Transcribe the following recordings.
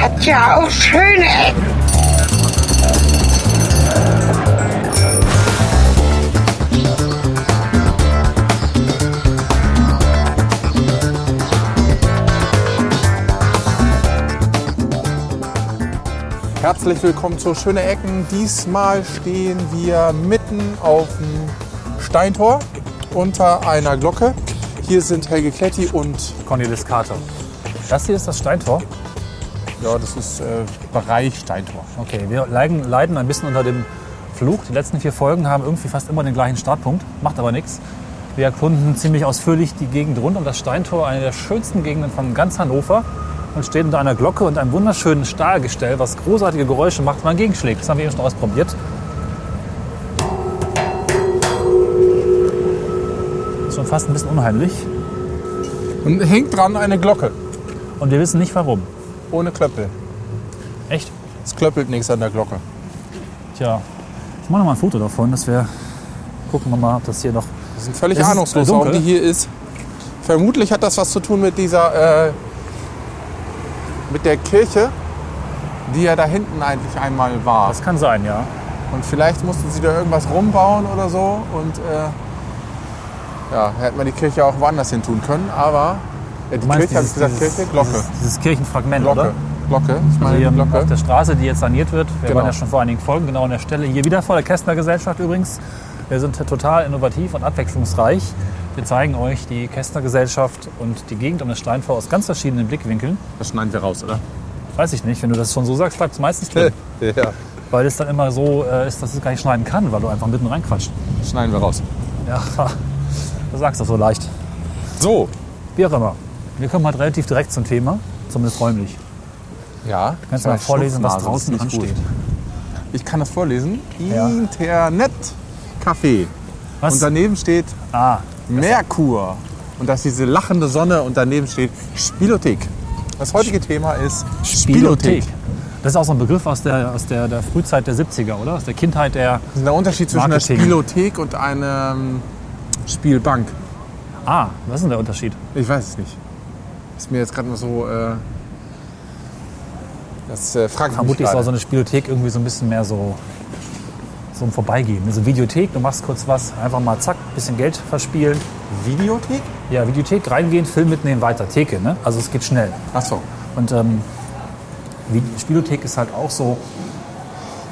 hat ja auch schöne Ecken. Herzlich willkommen zu Schöne Ecken. Diesmal stehen wir mitten auf dem Steintor unter einer Glocke. Hier sind Helge Kletti und Cornelis Kater. Das hier ist das Steintor. ja, das ist äh, Bereich Steintor. Okay, wir leiden, leiden ein bisschen unter dem Fluch. Die letzten vier Folgen haben irgendwie fast immer den gleichen Startpunkt, macht aber nichts. Wir erkunden ziemlich ausführlich die Gegend rund um das Steintor, eine der schönsten Gegenden von ganz Hannover und stehen unter einer Glocke und einem wunderschönen Stahlgestell, was großartige Geräusche macht, wenn man gegenschlägt. Das haben wir eben schon ausprobiert. Ist schon fast ein bisschen unheimlich Und hängt dran eine Glocke und wir wissen nicht warum. ohne Klöppel. Echt? Es klöppelt nichts an der Glocke. Tja, ich mache noch mal ein Foto davon, dass wir gucken wir mal, ob das hier noch Wir sind völlig Es ist, äh, ahnungslos, dunkel. warum die hier ist. Vermutlich hat das was zu tun mit dieser, äh, mit der Kirche, die ja da hinten eigentlich einmal war. Das kann sein, ja. Und vielleicht mussten sie da irgendwas rumbauen oder so. Und äh, ja, hätte man die Kirche auch woanders hin tun können. Aber ja, die Du meinst Kirche, habe ich gesagt, Kirche, Glocke. Dieses, dieses Kirchenfragment, Glocke. oder? Glocke. Ich Also meine hier die auf der Glocke. Straße, die jetzt saniert wird. Wir Genau. waren ja schon vor einigen Folgen genau an der Stelle. Hier wieder vor der Kästner Gesellschaft übrigens. Wir sind total innovativ und abwechslungsreich. Wir zeigen euch die Kästner Gesellschaft und die Gegend um das Steinfall aus ganz verschiedenen Blickwinkeln. Das schneiden wir raus, oder? Weiß ich nicht, wenn du das schon so sagst, bleibt es meistens drin. ja, weil es dann immer so äh, ist, dass es gar nicht schneiden kann, weil du einfach mitten reinquatscht. schneiden wir raus. Ja, du sagst das so leicht. So. Wie auch immer. Wir kommen halt relativ direkt zum Thema, zumindest räumlich. Ja. Kannst du mal Meine vorlesen, was Schnupfnase, draußen das ist nicht ansteht? gut. Ich kann das vorlesen. Ja. Internetcafé. Was? Und daneben steht ah, Merkur. Und da ist diese lachende Sonne und daneben steht Spielothek. Das heutige Thema ist Spielothek. Das ist auch so ein Begriff aus der, aus der, der Frühzeit der 70er, oder? Aus der Kindheit der. Das ist der Unterschied zwischen Marketing. einer Spielothek und einer ähm, Spielbank. Ah, was ist denn der Unterschied? Ich weiß es nicht. Ist mir jetzt gerade mal so. Äh, das äh, fragt mich Vermutlich gerade. soll so eine Spielothek irgendwie so ein bisschen mehr so, so ein Vorbeigehen. So eine Videothek, du machst kurz was, einfach mal zack, bisschen Geld verspielen. Videothek? Ja, Videothek reingehen, Film mitnehmen, weiter. Theke, ne? Also es geht schnell. Achso, Und ähm, wie- Spielothek ist halt auch so,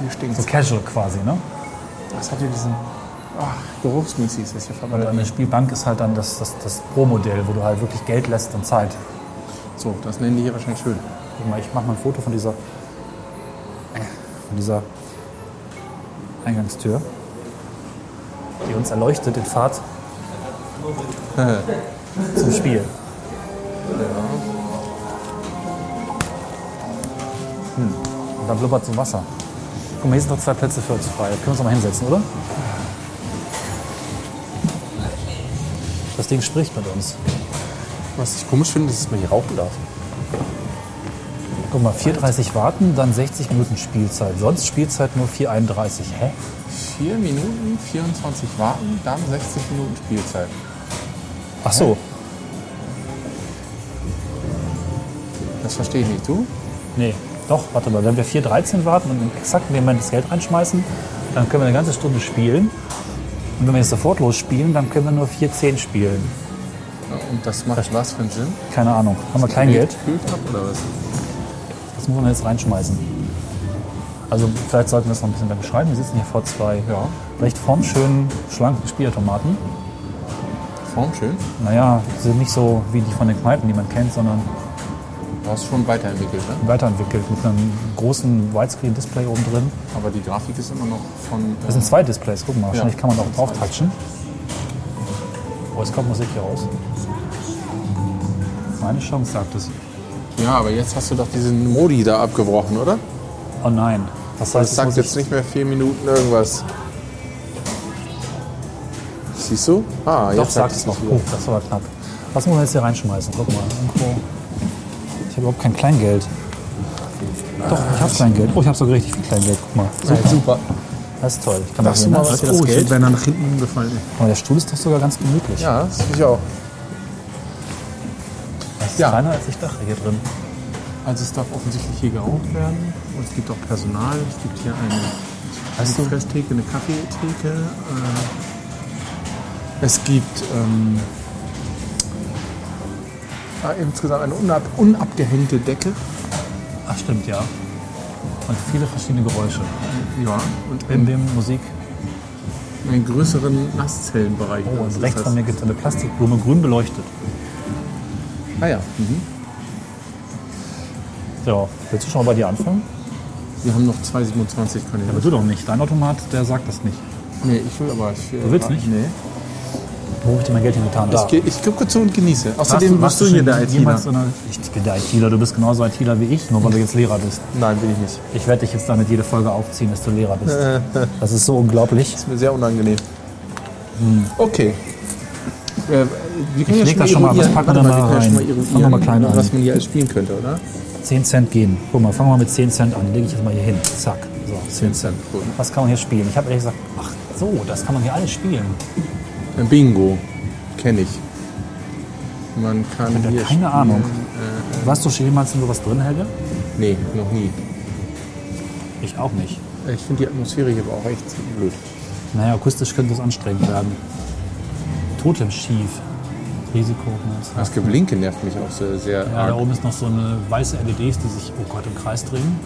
hier stinkt so casual quasi, ne? Was hat hier diesen. Ach, geruchsmäßig ist das hier Und verwandelt. eine Spielbank ist halt dann das, das, das Pro-Modell, wo du halt wirklich Geld lässt und Zeit. So, das nennen die hier wahrscheinlich schön. Guck mal, ich mache mal ein Foto von dieser, von dieser Eingangstür, die uns erleuchtet in Fahrt zum Spiel. Hm. Und dann blubbert so Wasser. Guck mal, hier sind noch zwei Plätze für uns frei. Können wir uns noch mal hinsetzen, oder? Das Ding spricht mit uns. Was ich komisch finde, ist, dass man hier rauchen darf. Guck mal, 4,30 warten, dann 60 Minuten Spielzeit. Sonst Spielzeit nur 4,31. Hä? 4 Minuten 24 warten, dann 60 Minuten Spielzeit. Ach so. Das verstehe ich nicht. Du? Nee, doch, warte mal. Wenn wir 4,13 warten und exakt in dem Moment das Geld reinschmeißen, dann können wir eine ganze Stunde spielen. Und wenn wir jetzt sofort losspielen, dann können wir nur 4,10 spielen. Ja, Und das macht was für einen Sinn? Keine Ahnung. Haben wir Kleingeld? Gekühlt hab, oder was? Das muss man jetzt reinschmeißen. Also vielleicht sollten wir das noch ein bisschen mehr beschreiben. Wir sitzen hier vor zwei Ja. recht formschönen, schlanken Spielautomaten. Formschön. Naja, sie sind nicht so wie die von den Kneipen, die man kennt, sondern Du hast schon weiterentwickelt, ne? weiterentwickelt mit einem großen Widescreen-Display oben drin. Aber die Grafik ist immer noch von. äh, Das sind zwei Displays, guck mal, wahrscheinlich Ja. kann man auch drauf touchen. Oh, es kommt Musik hier raus. Meine Chance, sagt es. ja, aber jetzt hast du doch diesen Modi da abgebrochen, oder? Oh nein, das heißt, Das es sagt muss jetzt ich, nicht mehr vier Minuten irgendwas. Siehst du? Ah, doch jetzt sagt es noch. Oh, das war knapp. Was muss man jetzt hier reinschmeißen? Guck mal, irgendwo. Ich habe überhaupt kein Kleingeld. Doch, ich habe Kleingeld. Oh, ich habe sogar richtig viel Kleingeld. Guck mal. Ja, super. Das ist toll. Ich kann Darfst du mal mal sehen, ne? was? Oh, Seht ihr das ich Geld? bin beinahe nach hinten umgefallen. Oh, der Stuhl ist doch sogar ganz gemütlich. Ja, das finde ich auch. Das ist Ja. kleiner als ich dachte hier drin. Also es darf offensichtlich hier geraucht werden. Und es gibt auch Personal. Es gibt hier eine, Weißt eine du- Fresstheke, eine Kaffeetheke. Äh, es gibt ähm, ja, insgesamt eine unab unabgehängte Decke. Ach stimmt, ja. Und viele verschiedene Geräusche. Ja. Und Bim in Bim, Musik. einen größeren Nasszellenbereich. Oh, also Das und rechts heißt- von mir gibt es eine Plastikblume, grün beleuchtet. Ah ja. Mhm. So, willst du schon mal bei dir anfangen? Wir haben noch 2,27 können Aber du doch nicht. Dein Automat, der sagt das nicht. Nee, ich will aber. Ich, äh, Du willst nicht? Nee. Wo habe ich dir mein Geld hingetan? Da. Ich, geh- ich gucke zu und genieße. Warst Außerdem warst bist du hier schon der jemals ITler. in einer- Ich bin der ITler, du bist genauso ITler wie ich, nur weil du jetzt Lehrer bist. Nein, bin ich nicht. Ich werde dich jetzt damit jede Folge aufziehen, dass du Lehrer bist. Das ist so unglaublich. Ist mir sehr unangenehm. Hm. Okay. Äh, wir können ja leg das schon mal mal, was eruieren- packen warte wir da mal, wir rein? können ja schon mal Fangen wir mal klein eruieren, an. was man hier alles spielen könnte, oder? 10 Cent gehen. Guck mal, fangen wir mit 10 Cent an. Lege ich jetzt mal hier hin. Zack. So, 10 Cent. gut. Was kann man hier spielen? Ich habe ehrlich gesagt, ach so, das kann man hier alles spielen. Äh, Bingo. Kenne ich. Man kann Ja, hier spielen. keine Ahnung. Warst du schon jemals in sowas drin, Helge? Nee, noch nie. Äh, Ich auch nicht. Ich finde die Atmosphäre hier aber auch echt blöd. Naja, akustisch könnte es anstrengend werden. Totem schief. Risiko. ne, das- Das Geblinke nervt mich auch sehr, sehr Ja, da arg. oben ist noch so eine weiße LEDs, die sich, oh Gott, im Kreis drehen.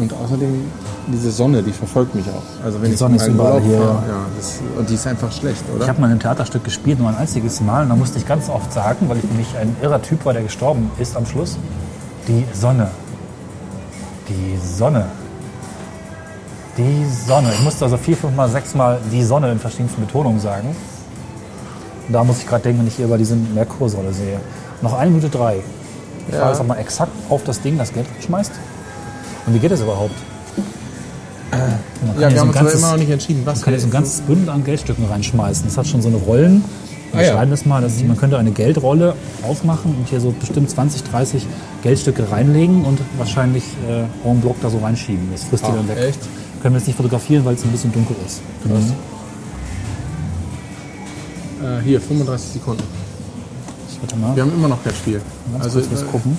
Und außerdem diese Sonne, die verfolgt mich auch. Also wenn Die ich Sonne ist mal in überall Urlaub hier, fahre, ja, das, Und die ist einfach schlecht, oder? Ich habe mal ein Theaterstück gespielt, nur ein einziges Mal. Und da musste ich ganz oft sagen, weil ich nämlich ein irrer Typ war, der gestorben ist am Schluss. Die Sonne. Die Sonne. Die Sonne. Ich musste also vier, fünfmal, sechsmal die Sonne in verschiedensten Betonungen sagen. Und da muss ich gerade denken, wenn ich hier über diese Merkursäule sehe. Noch eine Minute drei. Ich Ja. fahre jetzt auch mal exakt auf das Ding, das Geld schmeißt. Und wie geht das überhaupt? Man kann ja, wir hier haben so ein uns aber ganzes- immer noch nicht entschieden, was man kann jetzt ein ganzes Bündel an Geldstücken reinschmeißen. Das hat schon so eine Rollen. Wir Ah, ja. schreiben das mal, dass man könnte eine Geldrolle aufmachen und hier so bestimmt 20, 30 Geldstücke reinlegen und wahrscheinlich äh, en bloc da so reinschieben. Das frisst die Ah, dann weg. echt? Mhm. Können wir jetzt nicht fotografieren, weil es ein bisschen dunkel ist. Äh, hier, 35 Sekunden. Warte mal, Wir haben immer noch kein Spiel. ganz Also kurz was gucken.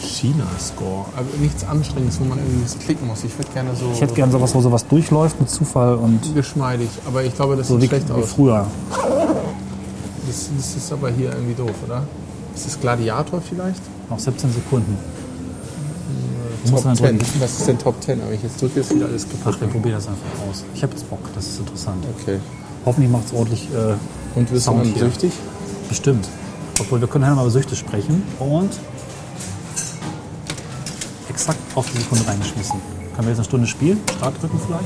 China-Score. Aber nichts Anstrengendes, wo man irgendwie was klicken muss. Ich würde gerne so Ich hätte gern sowas, wo sowas durchläuft mit Zufall und geschmeidig. Aber ich glaube, das so sieht wie, schlecht wie aus. früher. Das, das ist aber hier irgendwie doof, oder? Ist das Gladiator vielleicht? Noch 17 Sekunden. Ich muss Äh, Top dann 10. drücken. Was ist denn Top 10? Aber ich jetzt drücke, ist wieder alles kaputt. Ach, wir probieren das einfach aus. Ich habe jetzt Bock, das ist interessant. Okay. Hoffentlich macht es ordentlich äh, Und wir Sound sind hier. süchtig? Bestimmt. Obwohl, wir können ja mal über Süchte sprechen. Und exakt auf die Sekunde reingeschmissen. Können wir jetzt eine Stunde spielen? Start drücken vielleicht?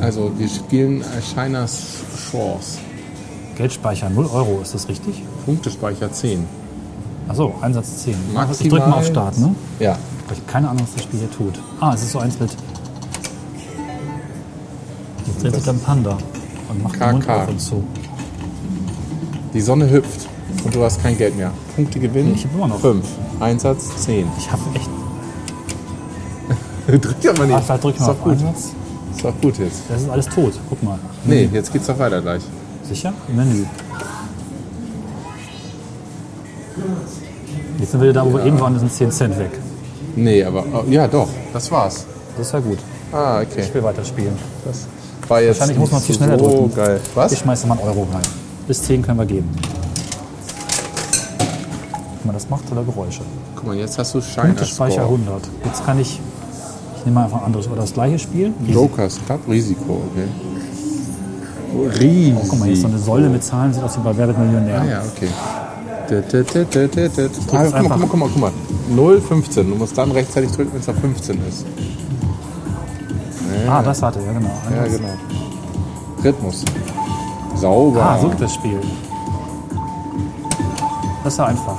Also, wir spielen äh, Chinas Scores. Geldspeicher 0 Euro, ist das richtig? Punktespeicher 10. Achso, Einsatz 10. Maximal. Ich drücke mal auf Start, ne? Ja. Aber ich habe keine Ahnung, was das Spiel hier tut. Ah, es ist so eins mit. Jetzt dreht sich dann Panda und macht den Mund KK. auf und zu. Die Sonne hüpft und du hast kein Geld mehr. Punkte gewinnen? Ich hab immer noch. 5. Einsatz 10. Ich habe echt. Drückt aber nicht. Ah, vielleicht drücke ich ist mal doch auf gut. Einsatz. Ist doch gut jetzt. Das ist alles tot. Guck mal. Nee, jetzt geht's doch weiter gleich. Sicher? Im Menü. Jetzt sind wir wieder da, wo wir eben waren, das sind 10 Cent weg. Nee, aber oh, ja doch, das war's. Das ist ja gut. Ah, okay. Ich will weiterspielen. Das war jetzt Wahrscheinlich muss man nicht viel schneller so drücken. geil. Ich Was? schmeiße mal einen Euro rein. Bis 10 können wir geben. Guck mal, das macht tolle Geräusche. Guck mal, jetzt hast du Punktespeicher Shiner 100. Jetzt kann ich, ich nehme mal einfach ein anderes oder das gleiche Spiel. Jokers Cup Risiko, okay. Oh, Guck mal, hier ist Riesig. so eine Säule mit Zahlen, sieht aus wie bei Wer wird Millionär. Ah ja, okay. Da, da, da, da, da, da. Ah, jetzt guck mal, einfach. guck mal, guck mal, guck mal. 0, 15. Du musst dann rechtzeitig drücken, wenn es auf 15 ist. Ah, das hatte, ja genau. Ja, genau. Rhythmus. Sauber. Ah, so geht das Spiel. Das ist ja einfach.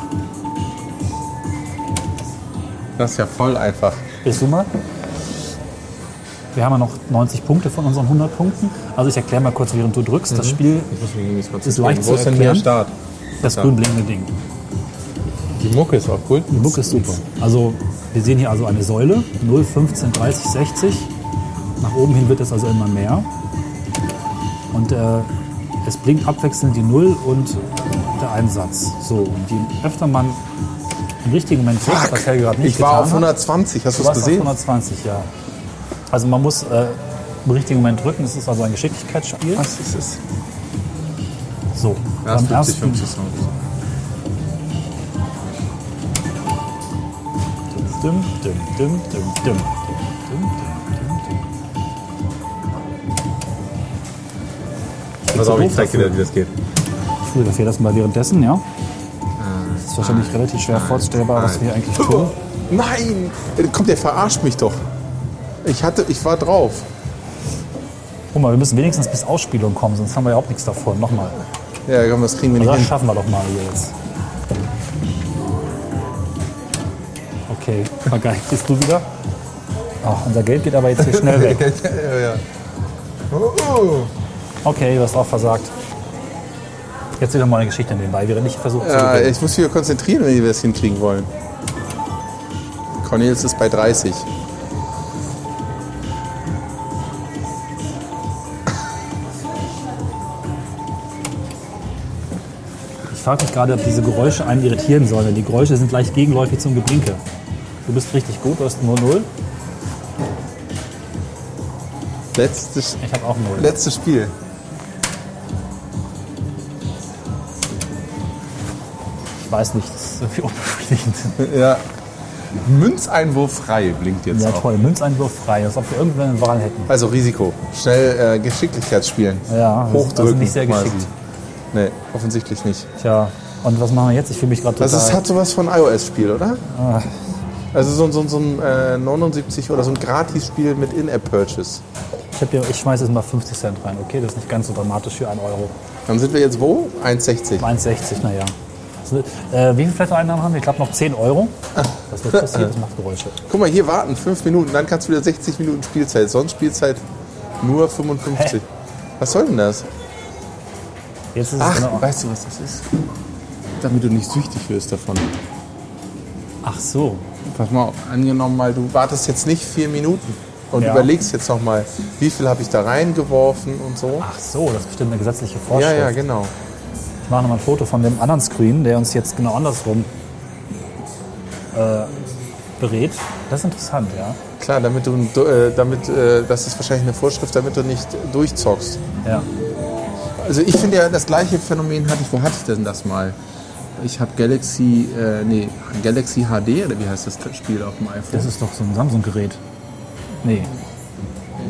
Das ist ja voll einfach. Bist du mal? Wir haben ja noch 90 Punkte von unseren 100 Punkten. Also ich erkläre mal kurz, während du drückst, Mhm. das Spiel, Ich muss mich irgendwie konzentrieren. Ist leicht Wo zu ist denn hier erklären. der Start? das Ja. grün blinkende Ding. Die Mucke ist auch cool. Die Book ist super. Also wir sehen hier also eine Säule, 0, 15, 30, 60. Nach oben hin wird es also immer mehr. Und äh, es blinkt abwechselnd die 0 und der Einsatz. So, und je öfter man im richtigen Moment drückt, was Helge gerade nicht Ich war getan auf hat, 120, hast du Du es warst auf gesehen? 120, ja. Also man muss äh, im richtigen Moment drücken. Es ist also ein Geschicklichkeitsspiel. Was ist es? So, Ja, beim 50, ersten, 50 Sound. Düm, düm, düm, düm, düm. Pass auf, ich doof zeig dir, das, wie das geht. Ich fotografiere das mal währenddessen, ja. Äh, Das ist wahrscheinlich relativ schwer vorstellbar, was wir hier eigentlich tun. Nein! Äh, Komm, der verarscht mich doch. Ich, hatte, ich war drauf. Guck mal, wir müssen wenigstens bis Ausspielung kommen, sonst haben wir ja überhaupt nichts davon. Nochmal. Ja, komm, das kriegen wir nicht Das hin. schaffen wir doch mal hier jetzt. Okay, vergeigt bist du wieder. Ach, unser Geld geht aber jetzt hier schnell weg. Ja, ja. Oh, oh. Okay, du hast auch versagt. Jetzt wieder mal eine Geschichte nebenbei, während ich versuche zu Ja, gewinnen. Äh, ich muss mich hier konzentrieren, wenn wir das hinkriegen wollen. Cornelis ist bei 30. Ich frage mich gerade, ob diese Geräusche einen irritieren sollen. denn Die Geräusche sind gleich gegenläufig zum Geblinke. Du bist richtig gut, du hast nur null. Letztes, Ich habe auch null. letztes Spiel. Ich weiß nicht, das ist irgendwie unbefriedigend. Ja. Münzeinwurf frei blinkt jetzt Ja, auch. toll. Münzeinwurf frei, als ob wir irgendwann eine Wahl hätten. Also Risiko. Schnell äh, Geschicklichkeit spielen. Ja, das ist Hochdrücken. also nicht sehr quasi. geschickt. Nee, offensichtlich nicht. Tja, und was machen wir jetzt? Ich fühle mich gerade total. Das ist, hat sowas von iOS-Spiel, oder? Ah. Also so, ein- so, ein- so ein äh, 79 oder so ein Gratis-Spiel mit In-App-Purchase. ich, hab hier, ich schmeiß jetzt mal 50 Cent rein, okay? Das ist nicht ganz so dramatisch für 1 Euro. Dann sind wir jetzt wo? 1,60. 1,60, naja. Also, äh, wie viele Flatter-Einnahmen haben wir? Ich glaube noch 10 Euro. Ah. Das wird passiert, das macht Geräusche. Guck mal, hier warten, 5 Minuten, dann kannst du wieder 60 Minuten Spielzeit. Sonst Spielzeit nur 55. Hä? Was soll denn das? Jetzt ist es Ach, genau. weißt du, was das ist? Damit du nicht süchtig wirst davon. Ach so. Pass mal, auf, angenommen mal, du wartest jetzt nicht vier Minuten und Ja. überlegst jetzt noch mal, wie viel habe ich da reingeworfen und so. Ach so, das ist bestimmt eine gesetzliche ja, Vorschrift. ja, genau. Ich mache nochmal ein Foto von dem anderen Screen, der uns jetzt genau andersrum äh, berät. Das ist interessant, ja. Klar, damit du, äh, damit, äh, das ist wahrscheinlich eine Vorschrift, damit du nicht durchzockst. ja. Also ich finde ja, das gleiche Phänomen hatte ich, wo hatte ich denn das mal? Ich habe Galaxy, äh, nee, Galaxy HD oder wie heißt das Spiel auf dem iPhone? Das ist doch so ein Samsung-Gerät. Nee.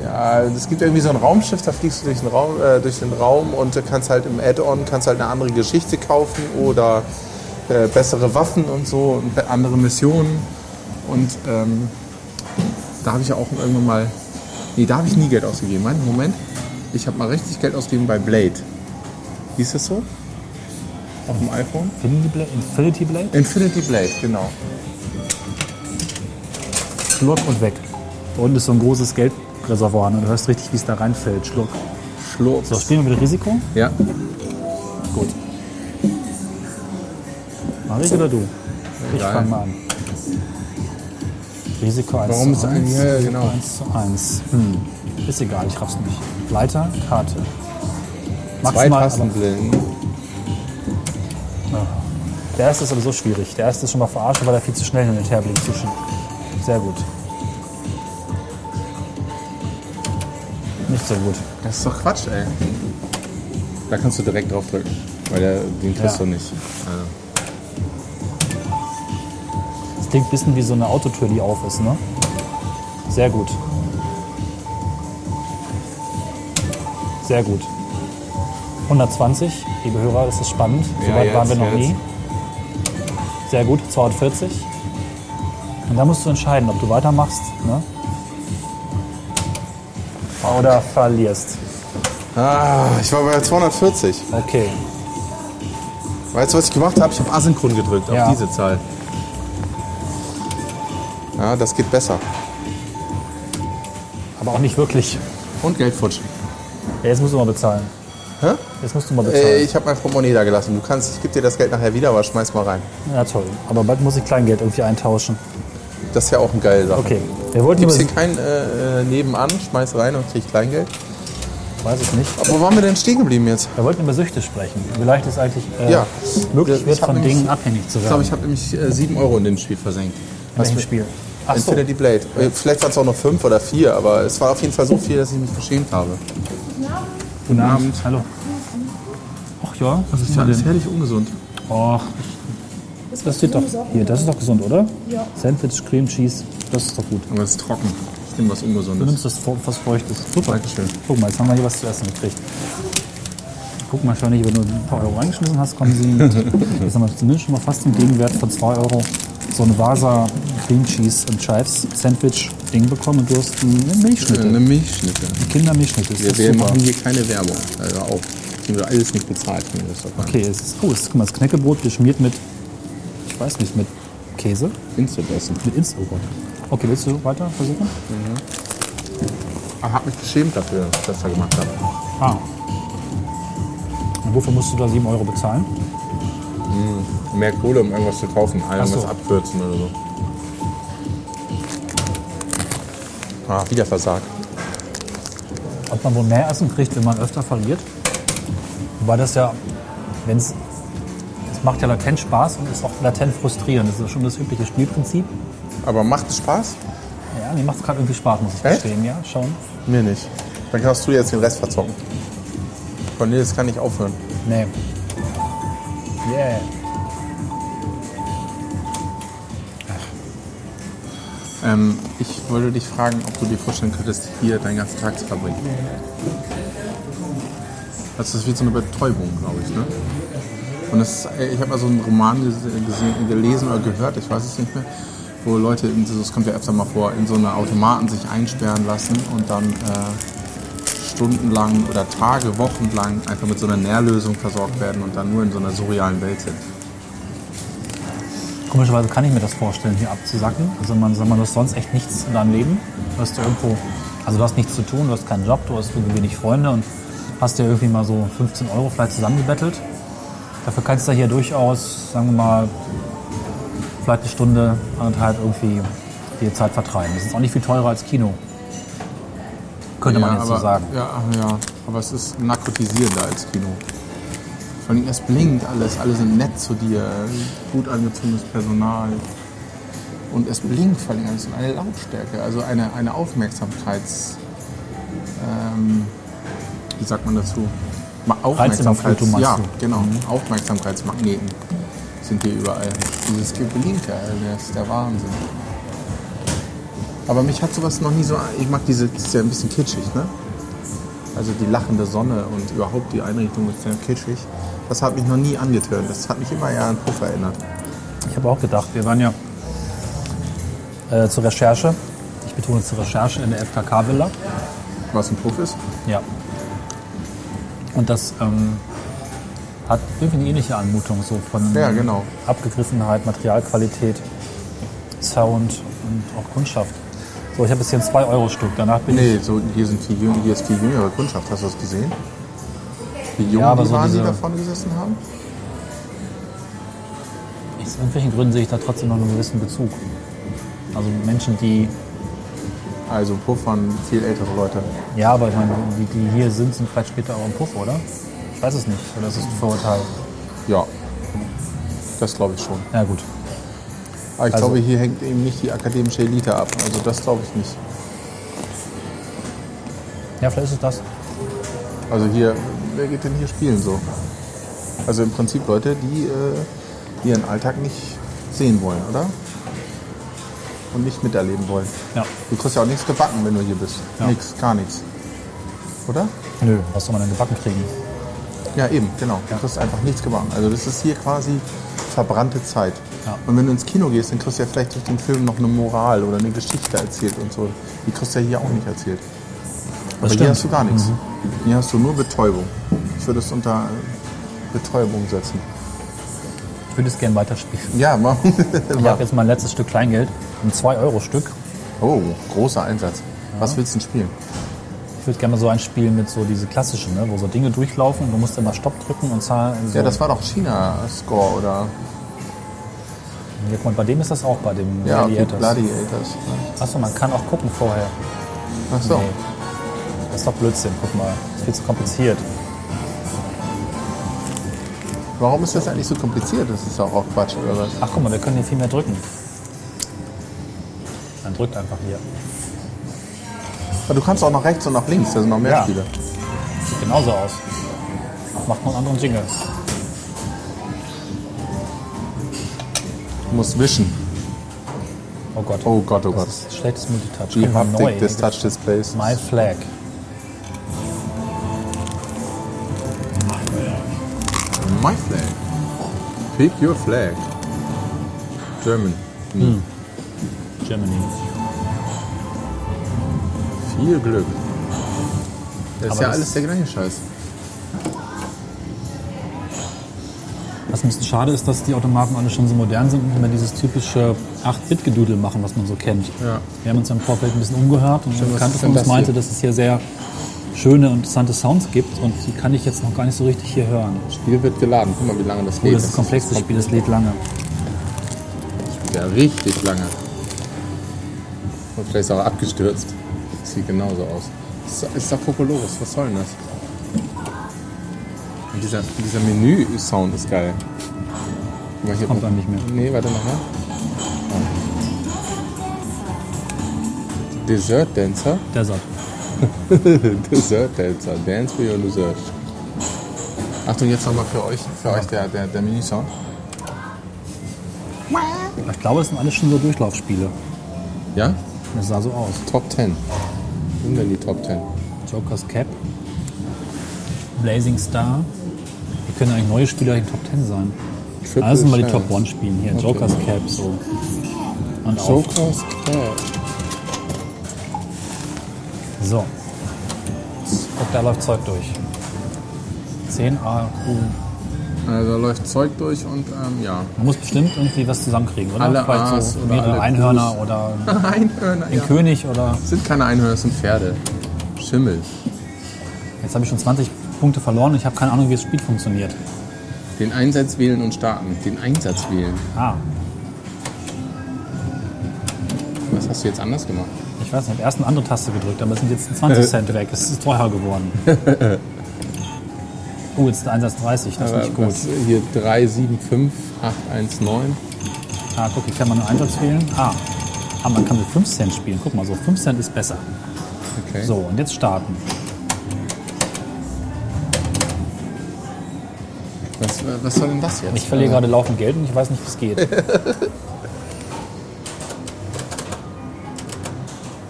Ja, es gibt irgendwie so ein Raumschiff, da fliegst du durch den Raum, äh, durch den Raum und äh, kannst halt im Add-on kannst halt eine andere Geschichte kaufen oder äh, bessere Waffen und so und be- andere Missionen. Und ähm, da habe ich ja auch irgendwann mal, nee, da habe ich nie Geld ausgegeben. Einen Moment, ich habe mal richtig Geld ausgegeben bei Blade. Hieß das so? Auf dem iPhone? Infinity Blade? Infinity Blade? Infinity Blade, genau. Schlurk und weg. Da unten ist so ein großes Geldreservoir ne? und du hörst richtig, wie es da reinfällt. Schluck. Schlurps. So, spielen wir wieder Risiko? Ja. Gut. Mach ich oder du? Ich Egal. fange mal an. Risiko 1 Warum ist zu 1. ein- ja, ja, genau. 1 zu 1. Hm. Ist egal, ich raff's nicht. Leiter, Karte. Zwei Maximal, aber Tastenbrillen. der erste ist sowieso schwierig. Der erste ist schon mal verarscht, weil er viel zu schnell hin und her blinkt. Zu schnell. Sehr gut. Nicht so gut. Das ist doch Quatsch, ey. Da kannst du direkt drauf drücken, weil der, den kriegst du Ja. nicht. Das klingt ein bisschen wie so eine Autotür, die auf ist, ne? Sehr gut. Sehr gut. 120, liebe Hörer, das ist spannend. So Ja, weit jetzt, waren wir noch jetzt. nie. Sehr gut, 240. Und da musst du entscheiden, ob du weitermachst ne? oder verlierst. Ah, ich war bei 240. Okay, Weißt du, was ich gemacht habe? Ich habe asynchron gedrückt Ja. auf diese Zahl. Ja, das geht besser. aber auch nicht wirklich. Und Geldfutsch. Ja, jetzt musst du mal bezahlen. Hä? Jetzt musst du mal bezahlen. Äh, ich habe mein Portemonnaie da gelassen. Du kannst, ich gebe dir das Geld nachher wieder, aber schmeiß mal rein. Na toll, aber bald muss ich Kleingeld irgendwie eintauschen. Das ist ja auch ein geile Sache. Okay, wir wollten Gibst über- hier kein äh, äh, Nebenan, schmeiß rein und krieg Kleingeld. Ich weiß es nicht. Wo waren wir denn stehen geblieben jetzt? Wir wollten über Süchte sprechen. Vielleicht ist eigentlich äh, Ja. möglich Ich wird, hab von nämlich- Dingen abhängig zu Ich glaube, werden. ich habe nämlich äh, 7 Euro in dem Spiel versenkt. in welchem Spiel? Ach so. Infinity Blade. Äh, Vielleicht waren es auch noch 5 oder 4, aber es war auf jeden Fall so viel, dass ich mich geschämt habe. Guten Abend. Hallo. Ach ja, was ist denn? herrlich ungesund. Ach, das sieht doch hier. Das ist doch gesund, oder? Ja. Sandwich, Cream Cheese. Das ist doch gut. Aber es ist trocken. Ich nehme was Du Ungesundes. nimmst das Fro- was Feuchtes. Super. Dankeschön. Guck mal, jetzt haben wir hier was zu essen gekriegt. Guck mal, Schöne, wenn du ein paar Euro reingeschmissen hast, kommen sie mit, jetzt haben wir zumindest schon mal fast den Gegenwert von 2 Euro, so ein Vasa Cream Cheese und Chives Sandwich Ding bekommen und du hast einen Milchschnitt, Eine Milchschnitte. Kindermilchschnitt. Ist Wir, das wir super. machen hier keine Werbung. Also auch. Die wird alles nicht bezahlt. wenn wir das doch machen. Okay, es ist gut. Guck mal, das Knäckebrot geschmiert mit, ich weiß nicht, mit Käse, Instant-Essen. mit Inst. Oh Gott. Okay, willst du weiter versuchen? Ich habe mich geschämt dafür, dass ich das da gemacht habe. Ah. Und wofür musst du da 7 Euro bezahlen? Mehr Kohle, um irgendwas zu kaufen. Ah, Irgendwas so. abkürzen oder so. Ah, wieder versagt. ob man wohl mehr Essen kriegt, wenn man öfter verliert. Wobei das ja, wenn es, es macht ja latent Spaß und ist auch latent frustrierend. Das ist schon das übliche Spielprinzip. Aber macht es Spaß? Ja, mir macht es gerade irgendwie Spaß, muss ich Echt? gestehen. Ja, schon. Mir nicht. Dann kannst du jetzt den Rest verzocken. Cornelis kann nicht aufhören. Nee. Yeah. Ähm, ich wollte dich fragen, ob du dir vorstellen könntest, hier deinen ganzen Tag zu verbringen. Also das wird so eine Betäubung, glaube ich, ne? Und das, äh, ich habe mal so einen Roman gese- gese- gelesen oder gehört, ich weiß es nicht mehr, wo Leute, in, so- das kommt ja öfter mal vor, in so eine Automaten sich einsperren lassen und dann äh, stundenlang oder Tage, Wochen lang einfach mit so einer Nährlösung versorgt werden und dann nur in so einer surrealen Welt sind. Komischerweise kann ich mir das vorstellen, hier abzusacken. Also man sagt, man du hast sonst echt nichts in deinem Leben. Du hast ja irgendwo, also du hast nichts zu tun, du hast keinen Job, du hast irgendwie wenig Freunde und hast dir irgendwie mal so 15 Euro vielleicht zusammengebettelt. Dafür kannst du hier durchaus, sagen wir mal, vielleicht eine Stunde, anderthalb irgendwie dir Zeit vertreiben. Das ist auch nicht viel teurer als Kino. Könnte man jetzt aber, so sagen. Ja, ja, aber es ist narkotisierender als Kino. Vor allem, es blinkt alles, alle sind nett zu dir, gut angezogenes Personal. Und es blinkt vor allem alles und eine Lautstärke, also eine, eine Aufmerksamkeits... Ähm, wie sagt man dazu? Ma- Reizüberflutung meinst ja, du? Mhm. genau. Aufmerksamkeitsmagneten sind hier überall. Dieses Geblinke, Alter, das ist der Wahnsinn. Aber mich hat sowas noch nie so. Ich mag diese, das ist ja ein bisschen kitschig, ne? Also die lachende Sonne und überhaupt die Einrichtung ist ja kitschig. Das hat mich noch nie angetönt. Das hat mich immer eher an Puff erinnert. Ich habe auch gedacht, wir waren ja äh, zur Recherche, ich betone zur Recherche in der FKK-Villa. Was ein Puff ist? Ja. Und das ähm, hat irgendwie eine ähnliche Anmutung so von Ja, genau. Abgegriffenheit, Materialqualität, Sound und auch Kundschaft. So, ich habe jetzt hier ein 2-Euro-Stück. Danach bin Nee, so, hier, sind viel, jüng- hier ist viel jüngere Kundschaft. Hast du das gesehen? Wie jung Ja, aber die so waren, die diese- da vorne gesessen haben? ich, aus irgendwelchen Gründen sehe ich da trotzdem noch einen gewissen Bezug. Also Menschen, die, Also Puff waren viel ältere Leute. ja, aber ich meine, die, die hier sind, sind vielleicht später auch im Puff, oder? Ich weiß es nicht. Oder ist es ein Vorurteil? Ja. Das glaube ich schon. Ja, gut. Aber ich Also- glaube, hier hängt eben nicht die akademische Elite ab. Also das glaube ich nicht. Ja, vielleicht ist es das. Also hier, wer geht denn hier spielen so? Also im Prinzip Leute, die äh, ihren Alltag nicht sehen wollen, oder? Und nicht miterleben wollen. Ja. Du kriegst ja auch nichts gebacken, wenn du hier bist. Ja. Nix, gar nichts. Oder? Nö. Was soll man denn gebacken kriegen? Ja, eben, genau. Du kriegst einfach nichts gebacken. Also das ist hier quasi verbrannte Zeit. Ja. Und wenn du ins Kino gehst, dann kriegst du ja vielleicht durch den Film noch eine Moral oder eine Geschichte erzählt und so. Die kriegst du ja hier auch nicht erzählt. Aber hier stimmt. Mhm. hast du gar nichts. Hier hast du nur Betäubung. Ich würde es unter äh, Betäubung setzen. Ich würde es gerne weiterspielen. Ja, mach. Ich habe jetzt mein letztes Stück Kleingeld, ein 2-Euro-Stück. Oh, großer Einsatz. Was willst du denn spielen? Ich würde gerne mal so ein Spiel mit so diese klassischen, ne? wo so Dinge durchlaufen und du musst immer Stopp drücken und zahlen. So. Ja, das war doch China-Score oder Ja, guck mal, bei dem ist das auch, bei dem ja, okay, Gladiators. Gladiators. Achso, man kann auch gucken vorher. Ach so. Nee. Das ist doch Blödsinn, guck mal. Es viel zu kompliziert. Warum ist das eigentlich so kompliziert? Das ist doch auch Quatsch, oder was? Ach guck mal, wir können hier viel mehr drücken. Man drückt einfach hier. Aber du kannst auch nach rechts und nach links, da sind noch mehr Ja. Spiele. Sieht genauso aus. Macht noch einen anderen Jingle. Du musst wischen. Oh Gott. Oh Gott, oh Gott. Das ist schlechtes Multitouch. Die Können wir neu- ne? Haptik des Touch-Displays. My Flag. My Flag. Pick your flag. German. Germany. Viel Glück. Das ist Aber ja das- alles der gleiche Scheiß. Was ein bisschen schade ist, dass die Automaten alle schon so modern sind und immer dieses typische 8-Bit-Gedudel machen, was man so kennt. Ja. Wir haben uns ja im Vorfeld ein bisschen umgehört und ein was Bekannter ist von denn das uns meinte, hier? dass es hier sehr schöne und interessante Sounds gibt und die kann ich jetzt noch gar nicht so richtig hier hören. Das Spiel wird geladen. Guck mal, wie lange das Oh, geht. das ist ein komplexes Spiel, das lädt lange. Ja, richtig lange. Und vielleicht ist er auch abgestürzt. Sieht genauso aus. Ist, ist doch Kokolores, was soll denn das? Und dieser, dieser Menü-Sound ist geil. Guck mal hier Kommt dann nicht mehr. Nee, warte nochmal. Ah. Dessert Dancer. Desert. Dessert Dancer. Dance for your dessert. Achtung, jetzt nochmal für euch, für euch der, der, der Menü-Sound. Ich glaube, es sind alles schon so Durchlaufspiele. Ja? Das sah so aus. Top 10. Sind denn die Top 10? Joker's Cap, Blazing Star. Die können eigentlich neue Spieler in den Top 10 sein. Triple Also mal die Chance. Top 1 spielen hier. Joker's Cap so. Und auf. Joker's Cap. So. Guck, da läuft Zeug durch. 10A, U. Also läuft Zeug durch und ähm, ja. Man muss bestimmt irgendwie was zusammenkriegen, oder? Alle Vielleicht A's so oder mehrere alle Einhörner oder Einhörner, den ja. König oder. Das sind keine Einhörner, das sind Pferde. Schimmel. Jetzt habe ich schon 20 Punkte verloren und ich habe keine Ahnung, wie das Spiel funktioniert. Den Einsatz wählen und starten. Den Einsatz wählen. Ah, Was hast du jetzt anders gemacht? ich weiß nicht, ich habe erst eine andere Taste gedrückt, aber es sind jetzt 20 Äh. Cent weg. Es ist teurer geworden. Oh, jetzt ist der Einsatz 30, das ist nicht gut. Was, hier 375819. Ah, guck, ich kann mal einen Einsatz wählen. Ah, ah man kann mit 5 Cent spielen. Guck mal, so 5 Cent ist besser. Okay. So, und jetzt starten. Was, äh, was soll denn das jetzt? Äh, Ich verliere gerade laufend Geld und ich weiß nicht, wie es geht. Oh,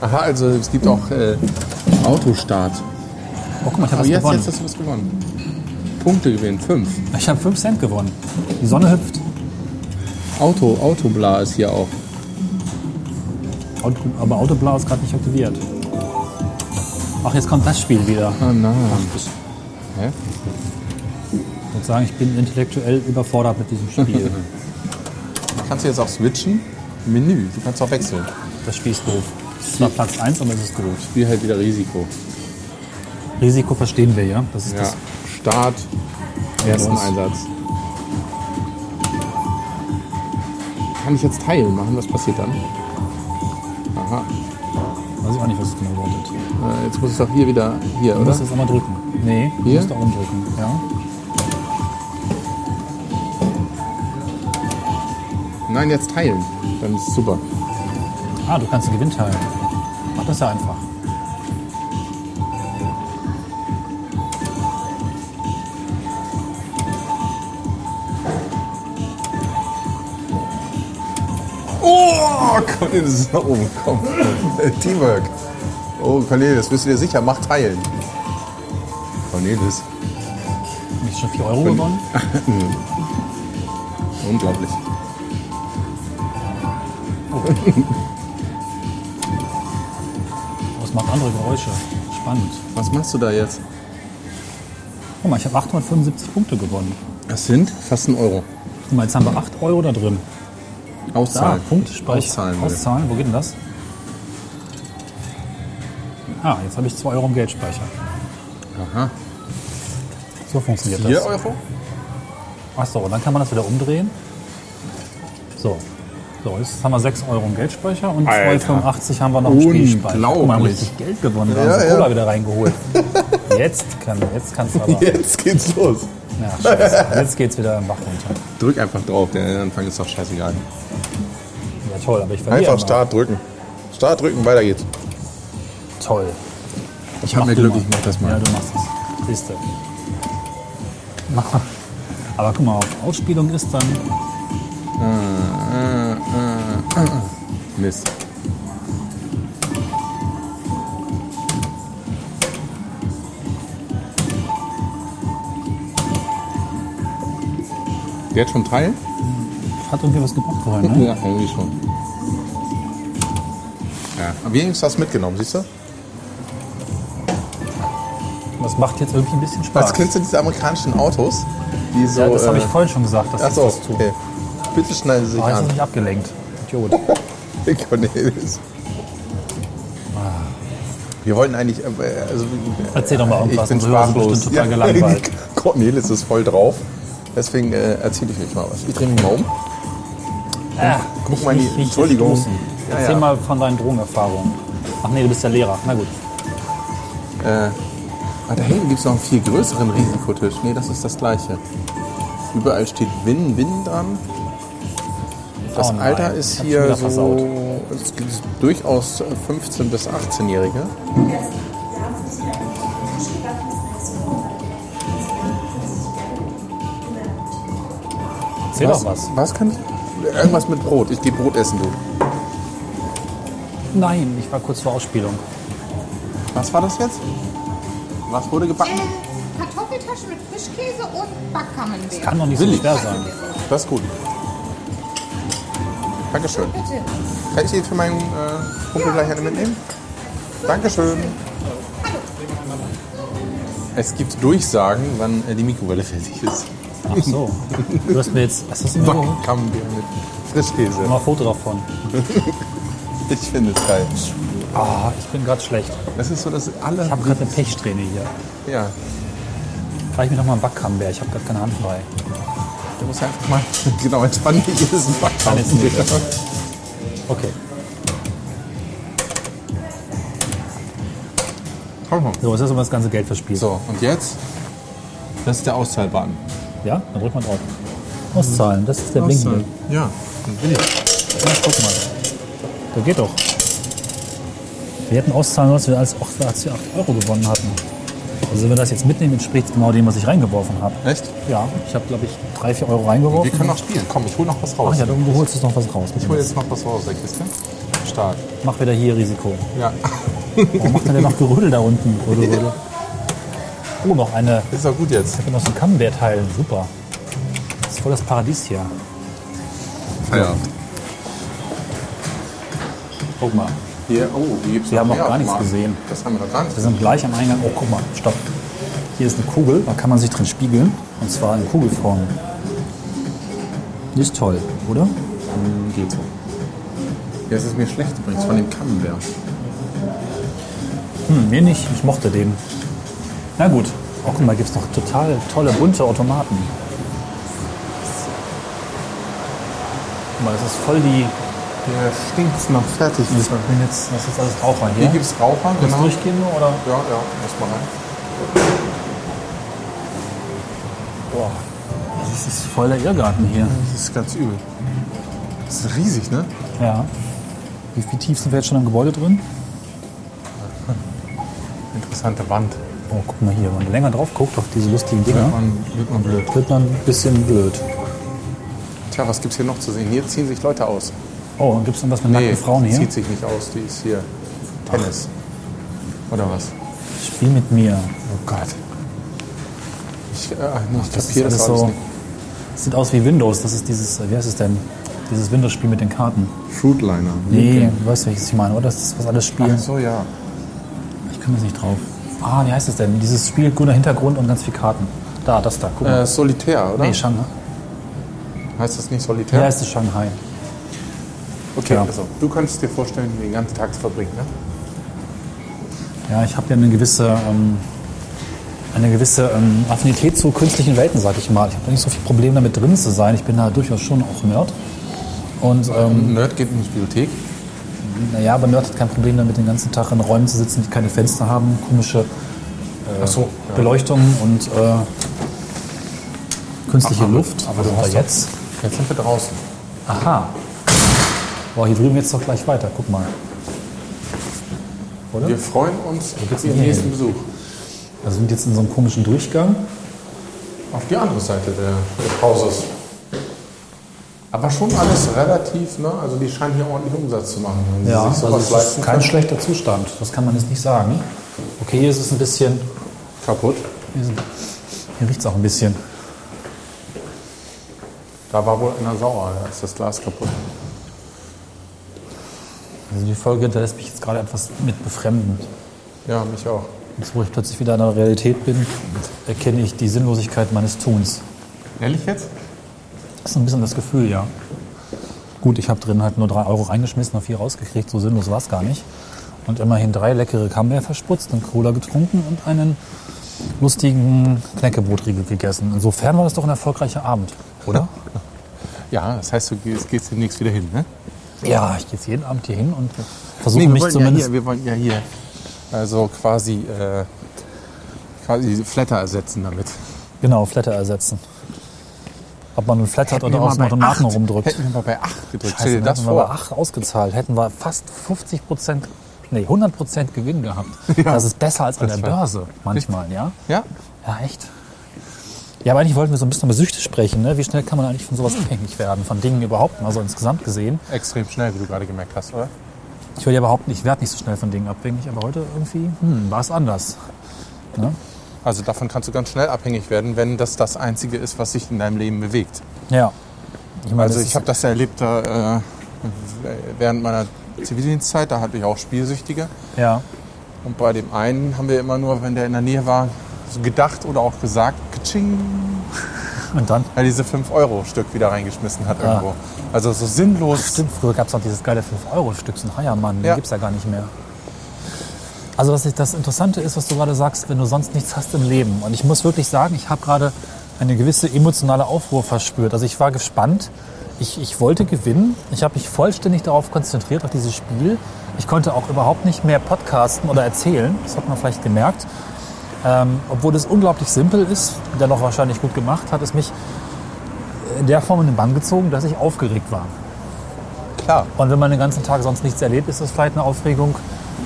Aha, also es gibt auch äh, Autostart. Oh, guck mal, ich habe Aber was jetzt, gewonnen. jetzt hast du was gewonnen. Punkte gewinnen, fünf. Ich habe 5 Cent gewonnen. Die Sonne hüpft. Auto, Autobla ist hier auch. Auto, aber Autoblau ist gerade nicht aktiviert. Ach, jetzt kommt das Spiel wieder. Ah nein. Ich Hä? würde sagen, ich bin intellektuell überfordert mit diesem Spiel. Kannst du jetzt auch switchen? Menü, du kannst auch wechseln. Das Spiel ist doof. Es ist zwar Platz 1, aber es ist doof. Spiel halt wieder Risiko. Risiko verstehen wir, ja? Das ist Ja. das. Start, ersten Los. Einsatz. Kann ich jetzt teilen machen? Was passiert dann? Aha, Weiß ich auch nicht, was es genau bedeutet. äh, jetzt muss ich doch hier wieder, hier, Du oder? musst jetzt einmal drücken. Nee, du Hier? musst da oben drücken. Ja. Nein, jetzt teilen. Dann ist es super. Ah, du kannst den Gewinn teilen. Mach das ja einfach. Oh, Cornelius ist nach oben gekommen. Teamwork. Oh, Cornelius, bist du dir sicher? Mach teilen. Cornelius. Hab ich schon 4 Euro gewonnen? Unglaublich. Oh, es macht andere Geräusche. Spannend. Was machst du da jetzt? Guck mal, ich habe 875 Punkte gewonnen. Das sind fast ein Euro. Guck mal, jetzt haben wir 8 Euro da drin. Da, Auszahlen. Punkt, Sprech. Auszahlen. ne? will. Auszahlen, wo geht denn das? Ah, jetzt habe ich 2 Euro im Geldspeicher. Aha. So funktioniert Vier das. Euro? Achso, und dann kann man das wieder umdrehen. So. So, jetzt haben wir 6 Euro im Geldspeicher und Alter. 2,85 haben wir noch im Spielspeicher. Guck mal, wir haben Unglaublich. richtig Geld gewonnen. Wir haben Ja, uns ja. Cola wieder reingeholt. Jetzt kann jetzt kannst du aber. Jetzt geht's los. Ja, scheiße. Jetzt geht's wieder im Bach runter. Drück einfach drauf, der Anfang ist doch scheißegal. Ja toll, aber ich verliere. Einfach immer. Start drücken. Start drücken, weiter geht's. Toll. Ich hab Mach mir du Glück, ich mach das Ja, mal. du machst es. Siehst du. Mach mal. Aber guck mal, auf Ausspielung ist dann. Mist. Der hat schon Teil? Hat irgendwie was gebracht vorhin, ne? Ja, irgendwie schon. Ja, aber wenigstens hast du mitgenommen, siehst du? Das macht jetzt irgendwie ein bisschen Spaß. Was kennst du diese amerikanischen Autos? Die so, ja, das habe ich äh, vorhin schon gesagt, dass Achso, ich das tue. okay. Bitte schneiden Sie sich War jetzt noch an. nicht abgelenkt. Idiot. Cornelis. Wir wollten eigentlich. äh, Also, Erzähl doch mal ich irgendwas. bin unsere Hörer sind sprachlos. bestimmt total gelangweilt. Cornelis ist voll drauf. Deswegen äh, erzähle ich euch mal was. Ich drehe mich mal um. Ah, Guck mal in die- nicht- nicht Entschuldigung. stoßen. Ja, Erzähl ja. mal von deinen Drogenerfahrungen. Ach nee, du bist ja Lehrer. Na gut. Ah, da hinten gibt es noch einen viel größeren Risikotisch. Nee, das ist das gleiche. Überall steht Win, Win dran. Das Oh nein, Alter ist ich hab's schon hier wieder so. Es gibt durchaus 15- bis 18-Jährige. Erzähl doch was. Was kann ich? Irgendwas mit Brot. Ich gehe Brot essen, du. Nein, ich war kurz vor Ausspielung. Was war das jetzt? Was wurde gebacken? Kartoffeltasche mit Frischkäse und Backkammenbeeren. Kann doch nicht so Willi. schwer sein. Das ist gut. Dankeschön. Bitte. Kann ich die für meinen äh, Kumpel gleich eine mitnehmen? Dankeschön. Es gibt Durchsagen, wann äh, die Mikrowelle fertig ist. Ach so. Du hast mir jetzt. Was hast du mir geholt? Backkammbier mit Frischkäse. Mal ein Foto davon. Ich finde es geil. Ah, ich bin gerade schlecht. Das ist so, dass alle... Ich habe gerade eine Pechsträhne hier. ja, Reich mir doch mal einen Backkammbeer. Ich habe gerade keine Hand frei. du musst einfach mal... Genau, entspann dich, ist ein jetzt Backkammbier. nicht. Okay. Komm mal. So, jetzt ist aber das ganze Geld verspielt. So, und jetzt? Das ist der Auszahlbutton. Ja? Dann drückt man drauf. Auszahlen. Das ist der Blinkende. Ja, dann will ich. Na, guck mal. Da geht doch. Wir hätten auszahlen sollen, als wir als- als wir 8 Euro gewonnen hatten. Also wenn wir das jetzt mitnehmen, entspricht genau dem, was ich reingeworfen habe. Echt? Ja, ich habe, glaube ich, 3, 4 Euro reingeworfen. Wir können noch spielen. Komm, ich hol noch was raus. Ach ja, du du holst jetzt noch was raus. Ich hol jetzt noch was raus aus der Kiste. Stark. Mach wieder hier Risiko. Ja. Warum macht denn der noch Gerödel da unten? Rödel, Rödel. Oh, noch eine. Ist doch gut jetzt. Ich kann noch so einen Camembert teilen. Super. Das ist voll das Paradies hier. Feierabend. Guck mal. Hier, oh, hier gibt's Wir haben noch noch mehr gar nichts Automaten. gesehen. Das haben wir noch gar nicht Wir sind gleich am Eingang. Oh, guck mal, stopp. Hier ist eine Kugel, da kann man sich drin spiegeln. Und zwar in Kugelform. Die Ist toll, oder? gesehen. Hm, Geht so. Jetzt ist mir schlecht übrigens von dem Camembert. Hm, mir nicht. Ich mochte den. Na gut. Oh, guck mal, gibt es noch total tolle, bunte Automaten. Guck mal, das ist voll die. Hier stinkt's noch fertig. Das ist jetzt, das ist alles Raucher Hier hier. gibt's Raucher, Kannst genau. du durchgehen nur, oder? Ja, ja, muss mal rein. Boah, das ist voll der Irrgarten hier. Das ist ganz übel. Das ist riesig, ne? Ja. Wie, wie tief sind wir jetzt schon im Gebäude drin? Interessante Wand. Oh, guck mal hier, wenn man länger drauf guckt auf diese lustigen Dinger, Man, wird man blöd. wird man ein bisschen blöd. Tja, was gibt's hier noch zu sehen? Hier ziehen sich Leute aus. Oh, und gibt es irgendwas mit nackten Frauen hier? zieht sich nicht aus. Die ist hier Tennis. Oder was? Spiel mit mir. Oh Gott. Ich, äh, nee, ich Das ist kapiere das, alles alles so. nicht. Das sieht aus wie Windows. Das ist dieses, äh, wie heißt es denn? Dieses Windows-Spiel mit den Karten. Fruitliner. Nee, du weißt, welches ich meine, oder? Das ist was alles Ach spielen. so, ja. Ich komme jetzt nicht drauf. Ah, wie heißt es denn? Dieses Spiel, grüner Hintergrund und ganz viele Karten. Da, das da, guck mal. Äh, Solitär, oder? nee, Shanghai. heißt das nicht Ja, Solitär? ja ist genau. es Shanghai. okay, ja. also du könntest dir vorstellen, den ganzen Tag zu verbringen, ne? Ja, ich habe ja eine gewisse, ähm, eine gewisse ähm, Affinität zu künstlichen Welten, sag ich mal. Ich habe da nicht so viel Problem damit drin zu sein. Ich bin da durchaus schon auch Nerd. Und ähm, Nerd geht in die Bibliothek. naja, aber Nerd hat kein Problem damit, den ganzen Tag in Räumen zu sitzen, die keine Fenster haben, komische Ach so, Beleuchtung und äh, künstliche Luft. aber du Wo hast sind wir jetzt. Jetzt sind wir draußen. Aha. Boah, hier drüben geht's doch gleich weiter. Guck mal. Oder? Wir freuen uns geht's auf denn Ihren hier nächsten hin? Besuch. Also sind jetzt in so einem komischen Durchgang. Auf die andere Seite der, des Hauses. Aber schon alles relativ, ne? Also die scheinen hier ordentlich Umsatz zu machen. Wenn sie Ja, sich also sowas es ist leisten kein können. schlechter Zustand. Das kann man jetzt nicht sagen. Okay, hier ist es ein bisschen. kaputt. Hier, sind- hier riecht es auch ein bisschen. Da war wohl einer sauer, da ist das Glas kaputt. Also die Folge hinterlässt mich jetzt gerade etwas mit befremden. Ja, mich auch. Jetzt, wo ich plötzlich wieder in der Realität bin, erkenne ich die Sinnlosigkeit meines Tuns. Ehrlich jetzt? Das ist ein bisschen das Gefühl, ja. Gut, ich habe drin halt nur 3 Euro reingeschmissen und 4 rausgekriegt, so sinnlos war es gar nicht. Und immerhin drei leckere Camembert verspritzt, einen Cola getrunken und einen lustigen Knäckebrotriegel gegessen. Insofern war das doch ein erfolgreicher Abend, oder? Ja, das heißt, du gehst, gehst demnächst wieder hin, ne? ja, ich gehe jetzt jeden Abend hier hin und versuche wir mich wollen zumindest... Ja hier, wir wollen ja hier also quasi, äh, quasi Flatter ersetzen damit. Genau, Flatter ersetzen. Ob man nun flattert Hätten oder wir mal auf dem bei Automaten acht- rumdrückt. Hätten wir mal bei 8 gedrückt. Scheiße, Stell dir dann das hätten wir aber vor. 8 ausgezahlt, hätten wir fast 50 Prozent, nee, 100 Prozent Gewinn gehabt. Das ist besser als an der Das war- Börse manchmal, ja? Ja? Ja, echt. Ja, aber eigentlich wollten wir so ein bisschen über Süchte sprechen. Ne? Wie schnell kann man eigentlich von sowas abhängig werden, von Dingen überhaupt, mal so insgesamt gesehen. Extrem schnell, wie du gerade gemerkt hast, oder? Ich würde ja behaupten, ich werde nicht so schnell von Dingen abhängig, aber heute irgendwie hm, war es anders. Ne? Also davon kannst du ganz schnell abhängig werden, wenn das das Einzige ist, was sich in deinem Leben bewegt. Ja. Ich meine, Also das ich ist- habe das erlebt da, äh, während meiner Zivildienstzeit, da hatte ich auch Spielsüchtige. ja. Und bei dem einen haben wir immer nur, wenn der in der Nähe war, so gedacht oder auch gesagt, kitsching, Und dann weil diese 5-Euro-Stück wieder reingeschmissen hat irgendwo. Also so sinnlos. Ah. Stimmt, früher gab es noch dieses geile 5-Euro-Stück, so ein Heiermann, den Ja. gibt es ja gar nicht mehr. Also was ich, das Interessante ist, was du gerade sagst, wenn du sonst nichts hast im Leben. Und ich muss wirklich sagen, ich habe gerade eine gewisse emotionale Aufruhr verspürt. Also ich war gespannt, ich, ich wollte gewinnen, ich habe mich vollständig darauf konzentriert, auf dieses Spiel. Ich konnte auch überhaupt nicht mehr podcasten oder erzählen, das hat man vielleicht gemerkt. Ähm, obwohl es unglaublich simpel ist, dennoch wahrscheinlich gut gemacht, hat es mich in der Form in den Bann gezogen, dass ich aufgeregt war. Klar, Und wenn man den ganzen Tag sonst nichts erlebt, ist das vielleicht eine Aufregung,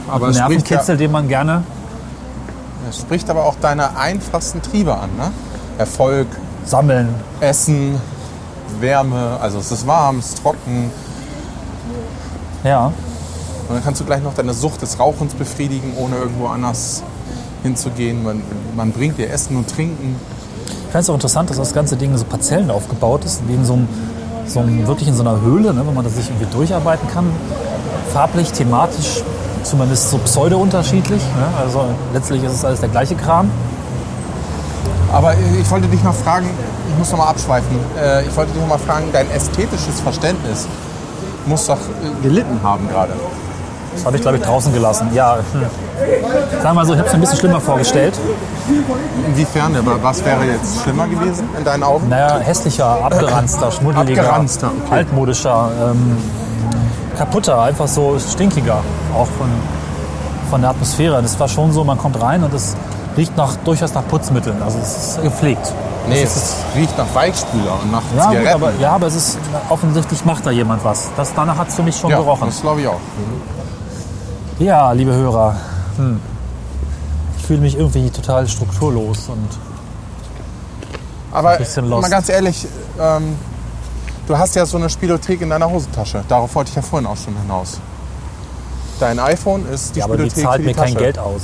aber ein es spricht, ja, Nervenkitzel, den man gerne. es spricht aber auch deine einfachsten Triebe an. Ne? Erfolg, Sammeln. Essen, Wärme, also es ist warm, es ist trocken. Ja, Und dann kannst du gleich noch deine Sucht des Rauchens befriedigen, ohne irgendwo anders hinzugehen. Man, man bringt dir Essen und Trinken. ich fand es auch interessant, dass das ganze Ding in so Parzellen aufgebaut ist, wie in so einem, so einem wirklich in so einer Höhle, ne, wenn man das sich irgendwie durcharbeiten kann. Farblich, thematisch, zumindest so pseudo-unterschiedlich. Ne? Also letztlich ist es alles der gleiche Kram. Aber äh, ich wollte dich noch fragen, ich muss noch mal abschweifen, äh, ich wollte dich noch mal fragen, dein ästhetisches Verständnis muss doch äh, gelitten haben gerade. Das habe ich, glaube ich, draußen gelassen. Ja, hm. sagen wir mal so, ich habe es mir ein bisschen schlimmer vorgestellt. Inwiefern, aber was wäre jetzt schlimmer gewesen in deinen Augen? Naja, hässlicher, abgeranzter, schmuddeliger, Abgeranzter, okay. altmodischer, ähm, kaputter, einfach so stinkiger, auch von, von der Atmosphäre. Das war schon so, man kommt rein und es riecht nach, durchaus nach Putzmitteln, also es ist gepflegt. Nee, es ist, riecht nach Weichspüler und nach Ja, gut, Zigaretten. aber, ja, aber es ist, offensichtlich macht da jemand was. Das, danach hat es für mich schon ja, gerochen. das glaube ich auch. Ja, liebe Hörer, hm. ich fühle mich irgendwie total strukturlos und Aber bisschen lost. mal ganz ehrlich, ähm, du hast ja so eine Spielothek in deiner Hosentasche. Darauf wollte ich ja vorhin auch schon hinaus. Dein iPhone ist die ja, aber die Spielothek zahlt für die mir Tasche. kein Geld aus.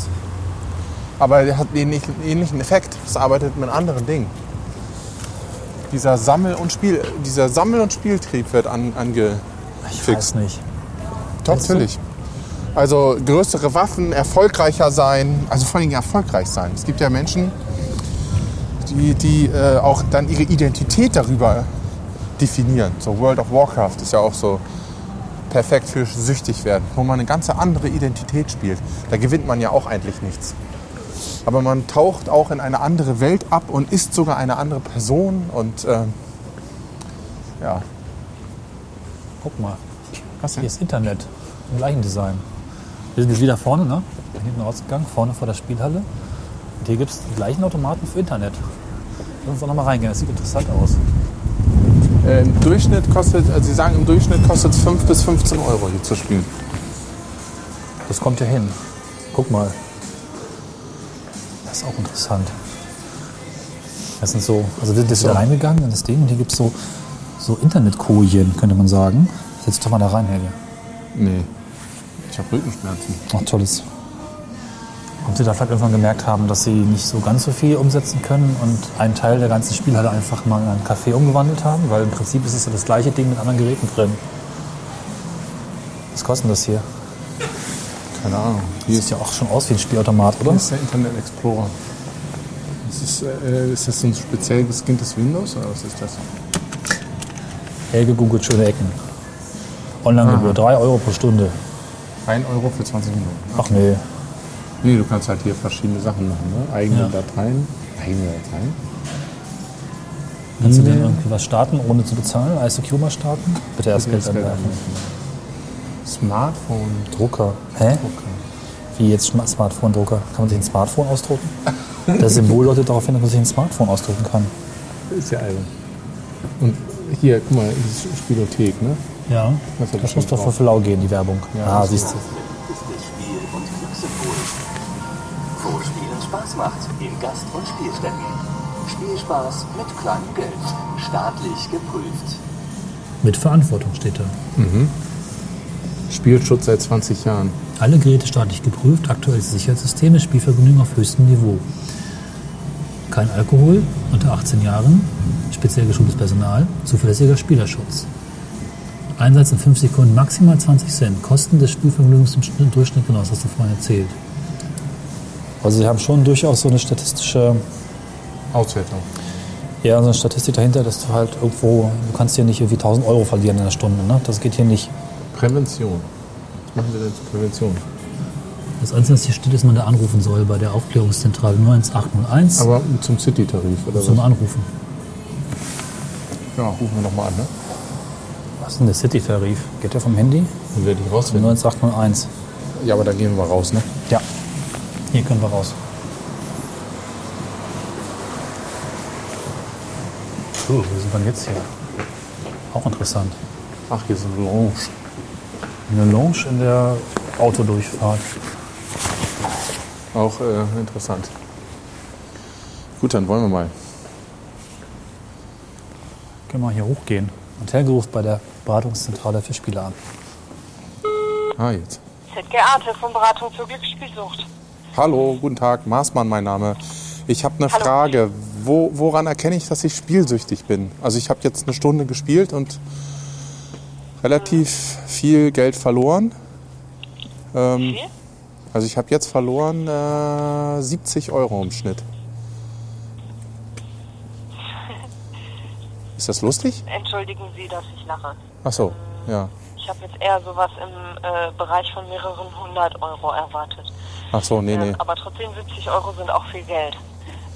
Aber der hat einen ähnlichen- ähnlichen Effekt. Es arbeitet mit anderen Dingen. Dieser Sammel- und, Spiel, dieser Sammel und Spieltrieb wird an, ange... Ich Fix. weiß nicht. Doch, natürlich. Also größere Waffen, erfolgreicher sein, also vor allem erfolgreich sein. Es gibt ja Menschen, die, die äh, auch dann ihre Identität darüber definieren. So World of Warcraft ist ja auch so perfekt für süchtig werden, wo man eine ganze andere Identität spielt. Da gewinnt man ja auch eigentlich nichts. Aber man taucht auch in eine andere Welt ab und ist sogar eine andere Person und ähm, ja. Guck mal. Was Hier ist Internet im gleichen Design. Wir sind jetzt wieder vorne, ne? Hinten rausgegangen, vorne vor der Spielhalle. Und hier gibt es die gleichen Automaten für Internet. Lass uns doch nochmal reingehen, das sieht interessant aus. Äh, Im Durchschnitt kostet, also Sie sagen, im Durchschnitt kostet es 5 bis 15 Euro hier zu spielen. Das kommt ja hin. Guck mal. Das ist auch interessant. Das sind so, also wir sind jetzt wieder reingegangen in das Ding und hier gibt es so, so Internetkojen, könnte man sagen. Setz doch mal da rein, Helge. Nee. Ich habe Rückenschmerzen. Ach, tolles. Ob sie da vielleicht irgendwann gemerkt haben, dass sie nicht so ganz so viel umsetzen können und einen Teil der ganzen Spielhalle einfach mal in einen Café umgewandelt haben, weil im Prinzip ist es ja das gleiche Ding mit anderen Geräten drin. Was kostet denn das hier? Keine Ahnung. Hier Das sieht ja auch schon aus wie ein Spielautomat, oder? Das ist der Internet Explorer. Das ist, äh, ist das so ein speziell geskinntes Windows oder was ist das? Helge googelt schöne Ecken. Online-Gebühr, 3 Euro pro Stunde. 1 Euro für 20 Minuten. Ach nee, Nee, du kannst halt hier verschiedene Sachen machen. Ne? Eigene Ja. Dateien. Eigene Dateien? kannst du denn irgendwie was starten, ohne zu bezahlen? ICQ mal starten? Bitte erst Geld Das Geld anwerfen. anwerfen. Smartphone. Drucker. Hä? Wie jetzt Schma- Smartphone-Drucker? Kann man sich ein Smartphone ausdrucken? Das Symbol deutet darauf hin, dass man sich ein Smartphone ausdrucken kann. Ist ja albern. Und hier, guck mal, das ist Spielothek, ne? Ja. Das hat Das muss bestimmt doch für drauf. Flau gehen, die Werbung. Ja, ah, das siehst du. Echtes Spiel und Glückssymbol. Vorspielen Spaß macht in Gast- und Spielstätten. Spielspaß mit kleinem Geld. Staatlich geprüft. Mit Verantwortung steht da. Spielschutz seit 20 Jahren. Alle Geräte staatlich geprüft, aktuell gesichert, Systeme, Spielvergnügen auf höchstem Niveau. Kein Alkohol, unter 18 Jahren, speziell geschultes Personal, zuverlässiger Spielerschutz. Einsatz in 5 Sekunden maximal 20 Cent. Kosten des Spielvergnügens im Schnitt- Durchschnitt genau, das hast du vorhin erzählt. Also sie haben schon durchaus so eine statistische Auswertung. Ja, so eine Statistik dahinter, dass du halt irgendwo, du kannst hier nicht irgendwie 1000 Euro verlieren in einer Stunde, ne? Das geht hier nicht. Prävention. Was machen wir denn zur Prävention? Das Einzige, was hier steht, ist, man da anrufen soll bei der Aufklärungszentrale 91801 Aber zum City-Tarif oder zum was? Anrufen. Ja, rufen wir nochmal an, ne? Was ist denn der City-Tarif? Geht der vom Handy? Dann werde ich rausfinden. 91801. Ja, aber da gehen wir raus, ne? Ja. Hier können wir raus. So, wo sind wir denn jetzt hier? Auch interessant. Ach, hier ist eine Lounge. Eine Lounge in der Autodurchfahrt. Auch äh, interessant. Gut, dann wollen wir mal. Können wir hier hochgehen. Und Helge ruft bei der Beratungszentrale für Spieler an. Ah, jetzt. ZGA, Telefonberatung zur Glücksspielsucht. Hallo, guten Tag, Maßmann mein Name. Ich habe eine Hallo. Frage. Wo, woran erkenne ich, dass ich spielsüchtig bin? Also ich habe jetzt eine Stunde gespielt und relativ viel Geld verloren. Ähm, Wie? also ich habe jetzt verloren äh, 70 Euro im Schnitt. Ist das lustig? Entschuldigen Sie, dass ich lache. Ach so, ja. Ich habe jetzt eher sowas im äh, Bereich von mehreren hundert Euro erwartet. Ach so, nee, nee. Ähm, aber trotzdem 70 Euro sind auch viel Geld.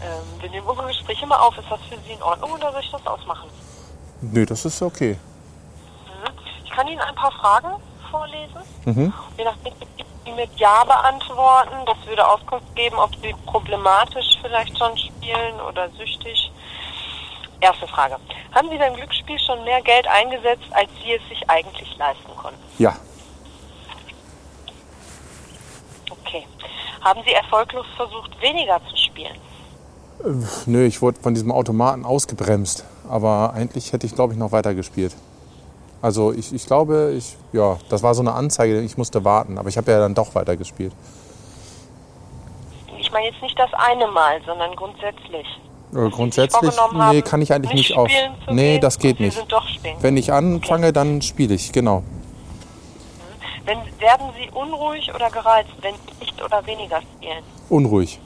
Ähm, wir nehmen unsere Gespräche mal auf. Ist das für Sie in Ordnung oder soll ich das ausmachen? Nö, das ist okay. Mhm. Ich kann Ihnen ein paar Fragen vorlesen. Mhm. Je nachdem, ob Sie mit Ja beantworten, das würde Auskunft geben, ob Sie problematisch vielleicht schon spielen oder süchtig. Erste Frage. Haben Sie beim Glücksspiel schon mehr Geld eingesetzt, als Sie es sich eigentlich leisten konnten? Ja, Okay. Haben Sie erfolglos versucht, weniger zu spielen? Nö, ich wurde von diesem Automaten ausgebremst. Aber eigentlich hätte ich, glaube ich, noch weiter gespielt. Also ich, ich glaube, ich, ja, das war so eine Anzeige, ich musste warten. Aber ich habe ja dann doch weiter gespielt. Ich meine jetzt nicht das eine Mal, sondern grundsätzlich. Äh, grundsätzlich, vorgenommen nee, haben, kann ich eigentlich nicht, nicht auf. spielen zu Nee, gehen das geht und Sie nicht. sind doch stehen. Wenn ich anfange, dann spiele ich, genau. Wenn, werden Sie unruhig oder gereizt, wenn Sie nicht oder weniger spielen? Unruhig.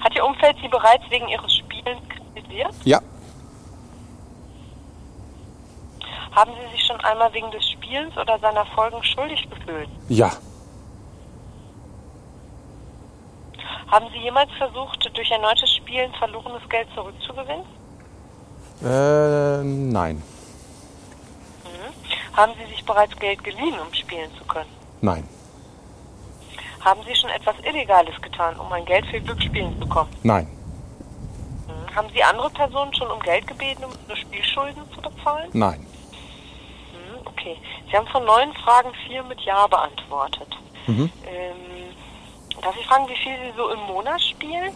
Hat Ihr Umfeld Sie bereits wegen Ihres Spielens kritisiert? Ja, Haben Sie sich schon einmal wegen des Spielens oder seiner Folgen schuldig gefühlt? ja, Haben Sie jemals versucht, durch erneutes Spielen verlorenes Geld zurückzugewinnen? äh, nein, Haben Sie sich bereits Geld geliehen, um spielen zu können? nein, Haben Sie schon etwas Illegales getan, um ein Geld für Glücksspielen zu bekommen? Nein. Hm. Haben Sie andere Personen schon um Geld gebeten, um Ihre Spielschulden zu bezahlen? Nein. Hm, Okay. Sie haben von neun Fragen vier mit Ja beantwortet. Ähm, darf ich fragen, wie viel Sie so im Monat spielen?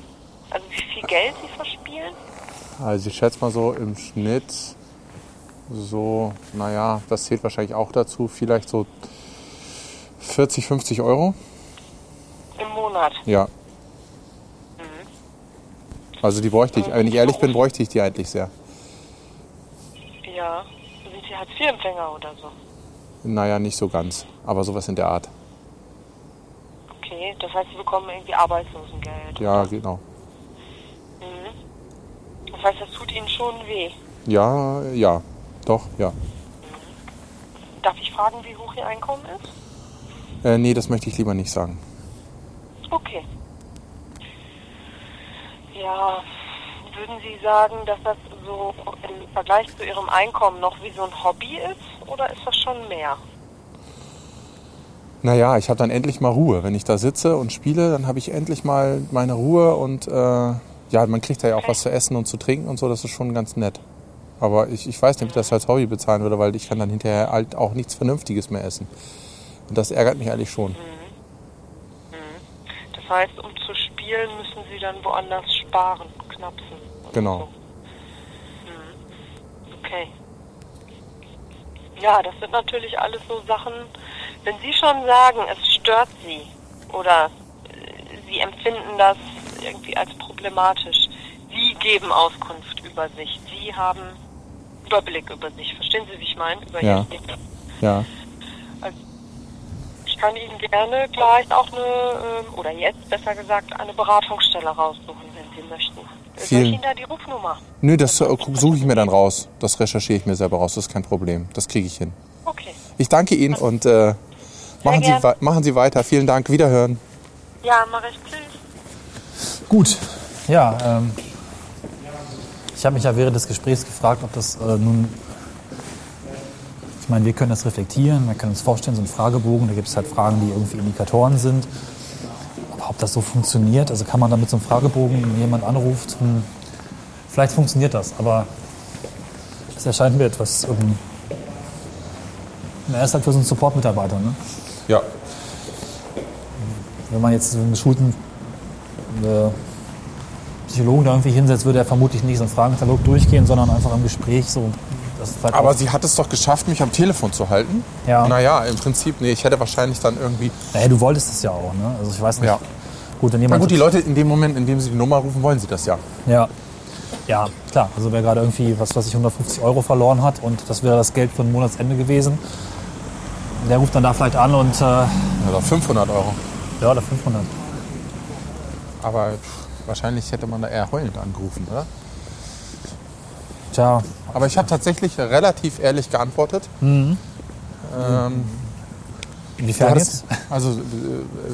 Also wie viel Geld Sie verspielen? Also ich schätze mal so im Schnitt so, naja, das zählt wahrscheinlich auch dazu, vielleicht so 40, 50 Euro. Im Monat. Ja. Also die bräuchte ich. Wenn ich ehrlich bin, bräuchte ich die eigentlich sehr. Ja. Sind Sie Hartz-IV-Empfänger oder so? Naja, nicht so ganz, aber sowas in der Art. Okay. Das heißt, Sie bekommen irgendwie Arbeitslosengeld. Ja, genau. Das heißt, das tut Ihnen schon weh. Ja, ja, doch, ja. Darf ich fragen, wie hoch Ihr Einkommen ist? Äh, nee, das möchte ich lieber nicht sagen. Okay. Ja, würden Sie sagen, dass das so im Vergleich zu Ihrem Einkommen noch wie so ein Hobby ist oder ist das schon mehr? Naja, ich habe dann endlich mal Ruhe. Wenn ich da sitze und spiele, dann habe ich endlich mal meine Ruhe und äh, ja, man kriegt da ja auch was zu essen und zu trinken und so, das ist schon ganz nett. Aber ich, ich weiß nicht, ob ich das als Hobby bezahlen würde, weil ich kann dann hinterher halt auch nichts Vernünftiges mehr essen. Und das ärgert mich eigentlich schon. Das heißt, um zu spielen, müssen Sie dann woanders sparen, knapsen. oder Genau. so. Okay. Ja, das sind natürlich alles so Sachen, wenn Sie schon sagen, es stört Sie oder äh, Sie empfinden das irgendwie als problematisch. Sie geben Auskunft über sich. Sie haben Überblick über sich. Verstehen Sie, wie ich meine? Über Ja. Ihr Leben. Ja. Ich kann Ihnen gerne gleich auch eine, ähm, oder jetzt besser gesagt, eine Beratungsstelle raussuchen, wenn Sie möchten. Soll Vielen- ich Ihnen da die Rufnummer? Nö, das äh, suche ich mir dann raus. Das recherchiere ich mir selber raus. Das ist kein Problem. Das kriege ich hin. Okay. Ich danke Ihnen und äh, machen, Sie, gern. wei- machen Sie weiter. Vielen Dank. Wiederhören. Ja, mache ich. Tschüss. Gut, ja. Ähm, ich habe mich ja während des Gesprächs gefragt, ob das äh, nun. Ich meine, wir können das reflektieren, wir können uns vorstellen, so einen Fragebogen, da gibt es halt Fragen, die irgendwie Indikatoren sind. Aber ob das so funktioniert, also kann man da mit so einem Fragebogen jemand anruft, hm, vielleicht funktioniert das, aber es erscheint mir etwas. Ähm, na, er ist halt für so einen Support-Mitarbeiter, ne? Ja. Wenn man jetzt so einen geschulten äh, Psychologen da irgendwie hinsetzt, würde er vermutlich nicht so einen Fragenkatalog durchgehen, sondern einfach im Gespräch so. Das ist halt Aber auch- sie hat es doch geschafft, mich am Telefon zu halten. Ja. Naja, im Prinzip, nee, ich hätte wahrscheinlich dann irgendwie. naja, du wolltest das ja auch, ne? Also ich weiß nicht. Ja. Gut, wenn Na jemand. gut, die Leute in dem Moment, in dem sie die Nummer rufen, wollen sie das ja. Ja. Ja, klar. Also wer gerade irgendwie, was weiß ich, 150 Euro verloren hat und das wäre das Geld für ein Monatsende gewesen, der ruft dann da vielleicht an und äh, ja, Oder 500 Also Euro. oder 500. Aber wahrscheinlich hätte man da eher heulend angerufen, oder? Tja, Aber ich habe tatsächlich relativ ehrlich geantwortet. Ähm, Mhm. inwiefern hat jetzt? es- also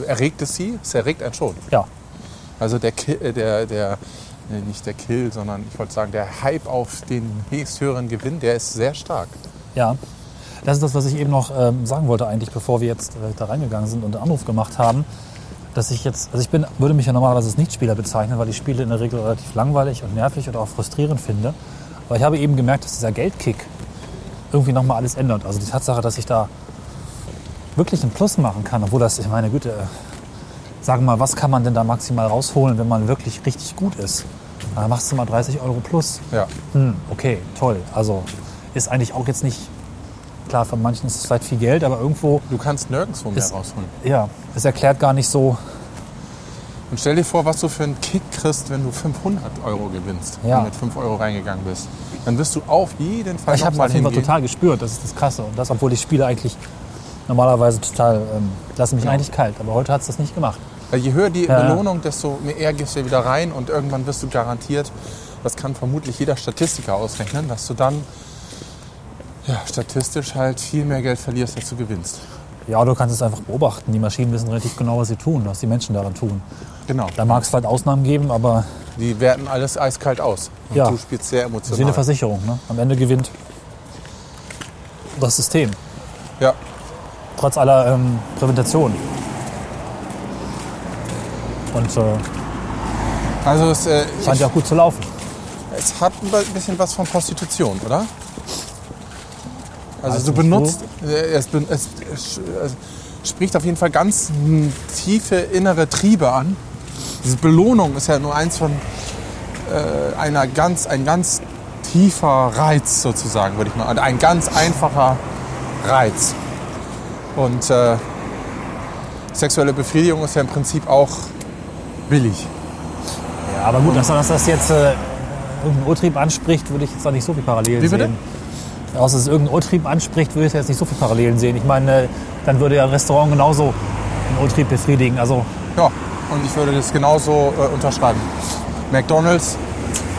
äh, erregt es sie? Es erregt einen schon. Ja. Also der, Ki- äh, der, der nee, nicht der Kill, sondern ich wollte sagen, der Hype auf den nächsthöheren Gewinn, der ist sehr stark. Ja, das ist das, was ich eben noch ähm, sagen wollte eigentlich, bevor wir jetzt äh, da reingegangen sind und einen Anruf gemacht haben, dass ich jetzt, also ich bin, würde mich ja normalerweise als Nichtspieler bezeichnen, weil ich Spiele in der Regel relativ langweilig und nervig und auch frustrierend finde. Aber ich habe eben gemerkt, dass dieser Geldkick irgendwie nochmal alles ändert. Also die Tatsache, dass ich da wirklich einen Plus machen kann, obwohl das, ich meine Güte, äh, sagen wir mal, was kann man denn da maximal rausholen, wenn man wirklich richtig gut ist? Da machst du mal 30 Euro plus. Ja. Hm, okay, toll. Also ist eigentlich auch jetzt nicht klar, von manchen ist es vielleicht viel Geld, aber irgendwo, Du kannst nirgendwo mehr Ist- rausholen. ja, es erklärt gar nicht so. Und stell dir vor, was du für einen Kick kriegst, wenn du 500 Euro gewinnst Ja. und mit 5 Euro reingegangen bist. Dann wirst du auf jeden Fall Ich habe es nochmal auf jeden Fall hingehen. total gespürt, das ist das Krasse. Und das, obwohl ich Spiele eigentlich normalerweise total ähm, lassen mich eigentlich kalt. Aber heute hat es das nicht gemacht. Weil je höher die Ja. Belohnung, desto mehr eher gehst du wieder rein und irgendwann wirst du garantiert, das kann vermutlich jeder Statistiker ausrechnen, dass du dann ja, statistisch halt viel mehr Geld verlierst, als du gewinnst. Ja, du kannst es einfach beobachten. Die Maschinen wissen relativ genau, was sie tun, was die Menschen daran tun. Genau. Da mag es vielleicht Ausnahmen geben, aber Die werten alles eiskalt aus. Und Ja. du spielst sehr das ist wie eine emotional. Versicherung. Ne? Am Ende gewinnt das System. Ja, Trotz aller ähm, Präventation. Und äh, Also es, äh, scheint ja auch gut zu laufen. es hat ein bisschen was von Prostitution, oder? Also, Weiß du nicht, benutzt, äh, es, ben- es, es, es spricht auf jeden Fall ganz m, tiefe innere Triebe an. Diese Belohnung ist ja nur eins von äh, einer ganz, ein ganz tiefer Reiz sozusagen, würde ich mal, ein ganz einfacher Reiz. Und äh, sexuelle Befriedigung ist ja im Prinzip auch billig. Ja, aber gut, dass dass das jetzt äh, irgendeinen Urtrieb anspricht, würde ich jetzt da nicht so viel Parallelen Wie bitte? sehen. Außer dass es irgendeinen Urtrieb anspricht, würde ich jetzt nicht so viel Parallelen sehen. Ich meine, äh, dann würde ja ein Restaurant genauso einen Urtrieb befriedigen. Also Ja, und ich würde das genauso äh, unterschreiben. McDonalds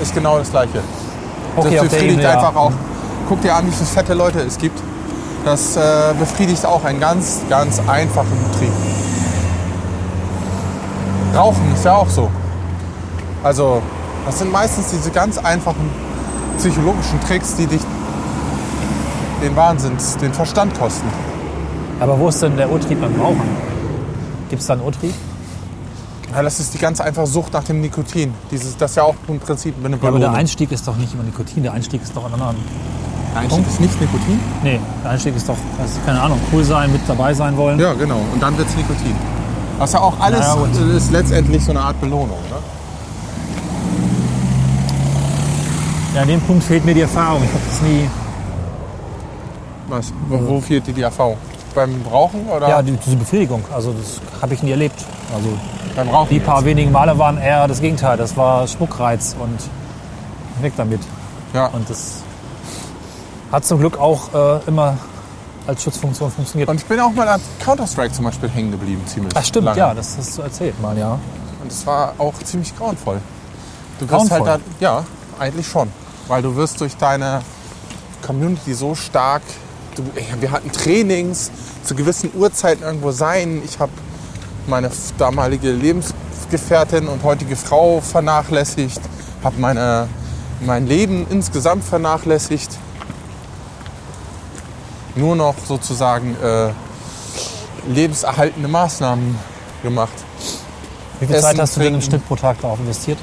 ist genau das gleiche. das okay, auf der befriedigt Ebene, einfach ja. auch. Guck dir an, wie viele fette Leute es gibt. Das äh, befriedigt auch einen ganz, ganz einfachen Trieb. Rauchen ist ja auch so. Also, das sind meistens diese ganz einfachen psychologischen Tricks, die dich den Wahnsinn, den Verstand kosten. Aber wo ist denn der Urtrieb beim Rauchen? Gibt es da einen Urtrieb? Ja, das ist die ganz einfache Sucht nach dem Nikotin. Dieses, das ist ja auch im Prinzip eine Ja, aber Belohnung. der Einstieg ist doch nicht immer Nikotin, der Einstieg ist doch an anderen. Einstieg ist nicht Nikotin? Nee, der Einstieg ist doch, weiß ich, keine Ahnung, cool sein, mit dabei sein wollen. Ja, genau. Und dann wird es Nikotin. Das ist ja auch alles Naja, gut. äh, ist letztendlich so eine Art Belohnung. Ne? Ja, an dem Punkt fehlt mir die Erfahrung. Ich habe das nie. Was? Wo, wo fehlt dir die Erfahrung? Beim Rauchen oder Ja, die, diese Befriedigung, also das habe ich nie erlebt. Also beim Rauchen? die paar wenigen Male waren eher das Gegenteil. Das war Schmuckreiz und weg damit. Ja. Und das hat zum Glück auch äh, immer als Schutzfunktion funktioniert. Und ich bin auch mal an Counter-Strike zum Beispiel hängen geblieben, ziemlich. das stimmt, lange. ja, das hast du erzählt mal, ja. Und es war auch ziemlich grauenvoll. Du wirst Grauenvoll? halt da, ja, eigentlich schon. Weil du wirst durch deine Community so stark. Du, ey, wir hatten Trainings, zu gewissen Uhrzeiten irgendwo sein. Ich habe meine f- damalige Lebensgefährtin und heutige Frau vernachlässigt, habe meine, mein Leben insgesamt vernachlässigt. Nur noch sozusagen äh, lebenserhaltende Maßnahmen gemacht. Wie viel Essen, Zeit hast du denn im trinken. Schnitt pro Tag darauf investiert?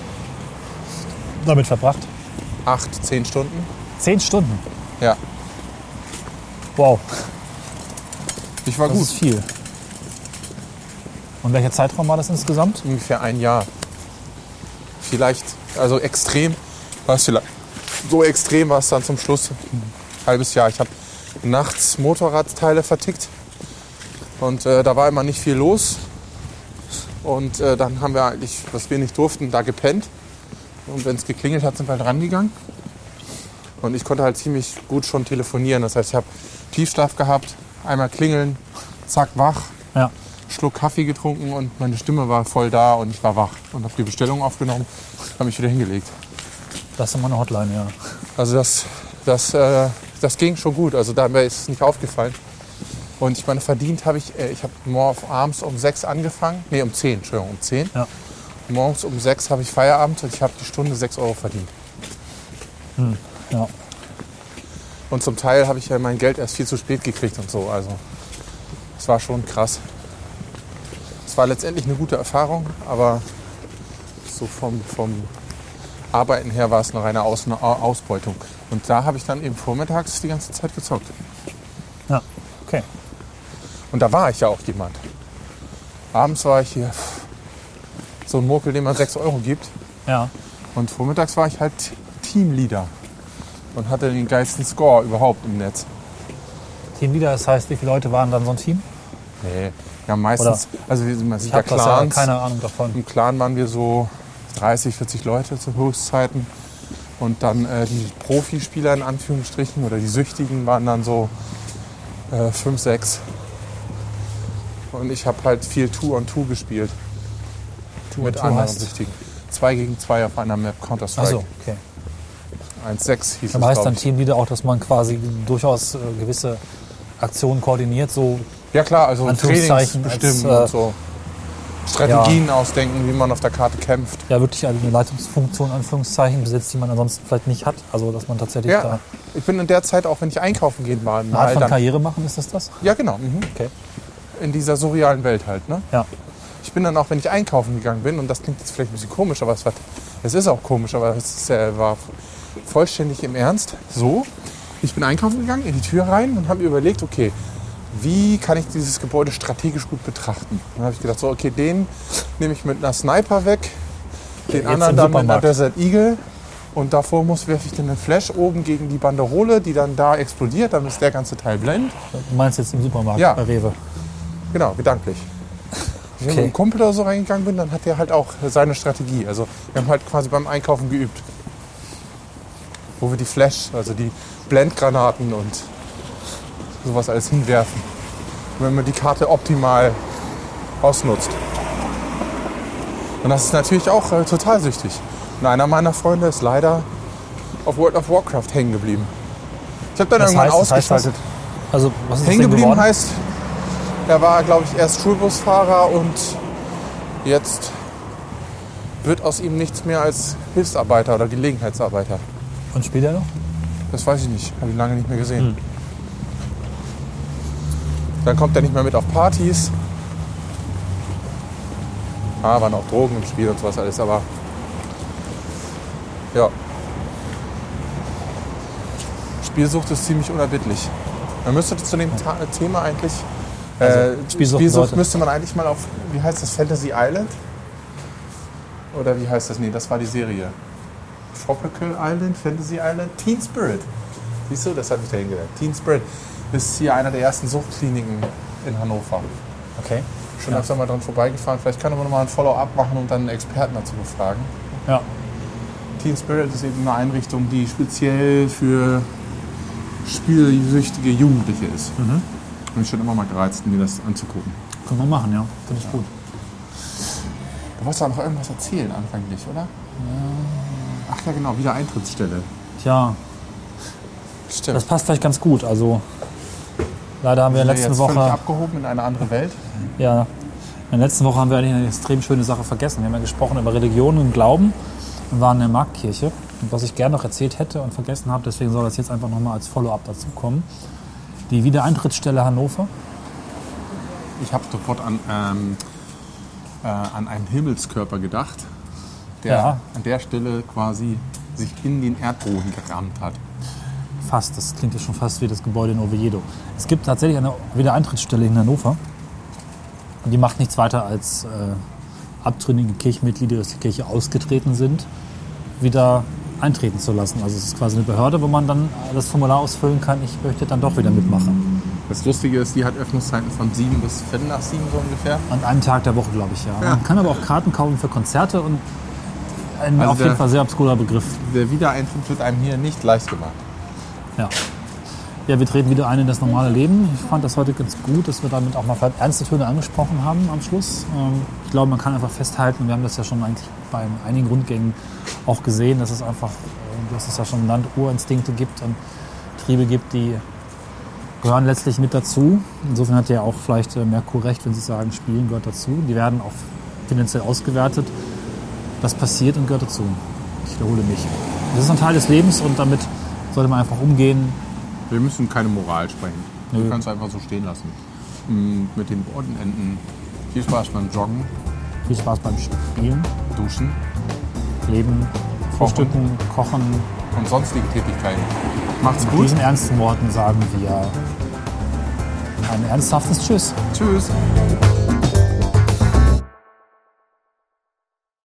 Damit verbracht? Acht, zehn Stunden. Zehn Stunden. Ja, Wow, ich war das gut. ist viel. Und welcher Zeitraum war das insgesamt? Ungefähr ein Jahr. Vielleicht, also extrem war es vielleicht. So extrem war es dann zum Schluss. Ein halbes Jahr. Ich habe nachts Motorradteile vertickt. Und äh, da war immer nicht viel los. Und äh, dann haben wir eigentlich, was wir nicht durften, da gepennt. Und wenn es geklingelt hat, sind wir halt rangegangen. Und ich konnte halt ziemlich gut schon telefonieren. Das heißt, ich habe Tiefschlaf gehabt, einmal klingeln, zack, wach, Ja. Schluck Kaffee getrunken und meine Stimme war voll da und ich war wach und habe die Bestellung aufgenommen habe mich wieder hingelegt. Das ist immer eine Hotline, ja. Also das, das, äh, das ging schon gut, also da mir ist es nicht aufgefallen. Und ich meine, verdient habe ich, äh, ich habe morgens abends um sechs angefangen, nee, um zehn, Entschuldigung, um zehn. Ja. Morgens um sechs habe ich Feierabend und ich habe die Stunde sechs Euro verdient. ja. Und zum Teil habe ich ja mein Geld erst viel zu spät gekriegt und so. Also es war schon krass. Es war letztendlich eine gute Erfahrung, aber so vom, vom Arbeiten her war es eine reine Aus Ausbeutung. Und da habe ich dann eben vormittags die ganze Zeit gezockt. Ja, okay. Und da war ich ja auch jemand. Abends war ich hier pff, so ein Murkel, dem man 6 Euro gibt. Ja. Und vormittags war ich halt Teamleader und hatte den geilsten Score überhaupt im Netz. Teamleader, das heißt, wie viele Leute waren dann so ein Team? Nee, ja meistens, also wir- man sieht Ich ja habe das ja Clans. keine Ahnung davon. Im Clan waren wir so 30, 40 Leute zu Höchstzeiten. Und dann äh, die Profispieler in Anführungsstrichen oder die Süchtigen waren dann so äh, 5, 6. Und ich habe halt viel Two-on-Two gespielt. mit Two anderen heißt? Süchtigen. 2 gegen 2 auf einer Map Counter-Strike. Achso, okay. 1-6 hieß Aber es, heißt glaub dann ich. Teamleader auch, dass man quasi durchaus äh, gewisse Aktionen koordiniert, so Ja klar, also Trainings Anführungszeichen als, bestimmen äh, und so. Strategien ausdenken, wie man auf der Karte kämpft. ja wirklich eine Leitungsfunktion Anführungszeichen besitzt, die man ansonsten vielleicht nicht hat. Also dass man tatsächlich Ja, da ich bin in der Zeit auch, wenn ich einkaufen gehen war, eine Art mal von dann, Karriere machen, ist das das? ja genau, mhm. Okay. in dieser surrealen Welt halt, ne? Ja. Ich bin dann auch, wenn ich einkaufen gegangen bin, und das klingt jetzt vielleicht ein bisschen komisch, aber es, war, es ist auch komisch, aber es ist, äh, war vollständig im Ernst so. Ich bin einkaufen gegangen, in die Tür rein und habe mir überlegt, okay, wie kann ich dieses Gebäude strategisch gut betrachten? Dann habe ich gedacht, so, okay, den nehme ich mit einer Sniper weg, den anderen dann im mit einer Supermarkt. Desert Eagle und davor muss werfe ich dann einen Flash oben gegen die Banderole, die dann da explodiert, dann ist der ganze Teil blind. Du meinst jetzt im Supermarkt, Ja. bei Rewe. Genau, gedanklich. Wenn ich mit einem Kumpel oder so reingegangen bin, dann hat der halt auch seine Strategie. Also wir haben halt quasi beim Einkaufen geübt. Wo wir die Flash, also die Blendgranaten und sowas alles hinwerfen. Wenn man die Karte optimal ausnutzt. Und das ist natürlich auch äh, total süchtig. Und einer meiner Freunde ist leider auf World of Warcraft hängen geblieben. Ich habe dann Was irgendwann heißt- was heißt das? ausgeschaltet. Also, was ist das Hängen denn geblieben halt. geworden? heißt, er war, glaube ich, erst Schulbusfahrer und jetzt wird aus ihm nichts mehr als Hilfsarbeiter oder Gelegenheitsarbeiter. Und spielt er noch? Das weiß ich nicht, habe ich lange nicht mehr gesehen. Dann kommt er nicht mehr mit auf Partys. Ah, waren auch Drogen im Spiel und sowas alles, aber ja. Spielsucht ist ziemlich unerbittlich. Man müsste zu dem Ta Thema eigentlich äh, Spielsucht, Leute. müsste man eigentlich mal auf, wie heißt das, Fantasy Island? Oder wie heißt das? Nee, das war die Serie. Tropical Island, Fantasy Island, Teen Spirit. Siehst du, das hat mich dahin gedacht. Teen Spirit ist hier einer der ersten Suchtkliniken in Hannover. Okay. Schon öfter mal dran vorbeigefahren. Vielleicht kann man nochmal ein Follow-up machen und dann einen Experten dazu befragen. Ja. Teen Spirit ist eben eine Einrichtung, die speziell für spielsüchtige Jugendliche ist. Hab mich schon immer mal gereizt, mir das anzugucken. Können wir machen, ja. Finde ich gut. Du wolltest doch noch irgendwas erzählen anfänglich, oder? Ach ja, genau, wieder Eintrittsstelle. Tja, Stimmt. das passt vielleicht ganz gut. Also, leider haben wir in der letzten jetzt völlig Woche. abgehoben in eine andere Welt. Ja, in der letzten Woche haben wir eigentlich eine extrem schöne Sache vergessen. Wir haben ja gesprochen über Religion und Glauben und waren in der Marktkirche. Und was ich gerne noch erzählt hätte und vergessen habe, deswegen soll das jetzt einfach nochmal als Follow-up dazukommen. Die Wiedereintrittsstelle Hannover. Ich habe sofort an, ähm, äh, an einen Himmelskörper gedacht, der Ja. an der Stelle quasi sich in den Erdboden gerammt hat. Fast, das klingt ja schon fast wie das Gebäude in Oviedo. Es gibt tatsächlich eine Wiedereintrittsstelle in Hannover. Und die macht nichts weiter, als äh, abtrünnige Kirchenmitglieder, die aus der Kirche ausgetreten sind, wieder eintreten zu lassen. Also es ist quasi eine Behörde, wo man dann das Formular ausfüllen kann, ich möchte dann doch wieder mitmachen. Das Lustige ist, die hat Öffnungszeiten von 7 bis Viertel nach 7 so ungefähr. An einem Tag der Woche, glaube ich, ja. Man kann aber auch Karten kaufen für Konzerte und ein Also auf jeden der- Fall sehr obskurer Begriff. Der Wiedereintritt wird einem hier nicht leicht gemacht. Ja. Ja, wir treten wieder ein in das normale Leben. Ich fand das heute ganz gut, dass wir damit auch mal vielleicht ernste Töne angesprochen haben am Schluss. Ähm, Ich glaube, man kann einfach festhalten, wir haben das ja schon eigentlich bei einigen Rundgängen auch gesehen, dass es einfach, äh, dass es ja schon Land Urinstinkte gibt und Triebe gibt, die gehören letztlich mit dazu. Insofern hat ja auch vielleicht äh, Merkur recht, wenn sie sagen, Spielen gehört dazu. Die werden auch finanziell ausgewertet. Das passiert und gehört dazu. Ich wiederhole mich. Das ist ein Teil des Lebens und damit sollte man einfach umgehen, Wir müssen keine Moral sprechen. Wir Nö. können es einfach so stehen lassen. Mm, Mit den Bodenenden. Viel Spaß beim Joggen, Viel Spaß beim Spielen, Duschen Leben, Frühstücken, Kochen. und sonstigen Tätigkeiten. Macht's Mit gut. diesen ernsten Worten sagen wir ein ernsthaftes Tschüss. Tschüss.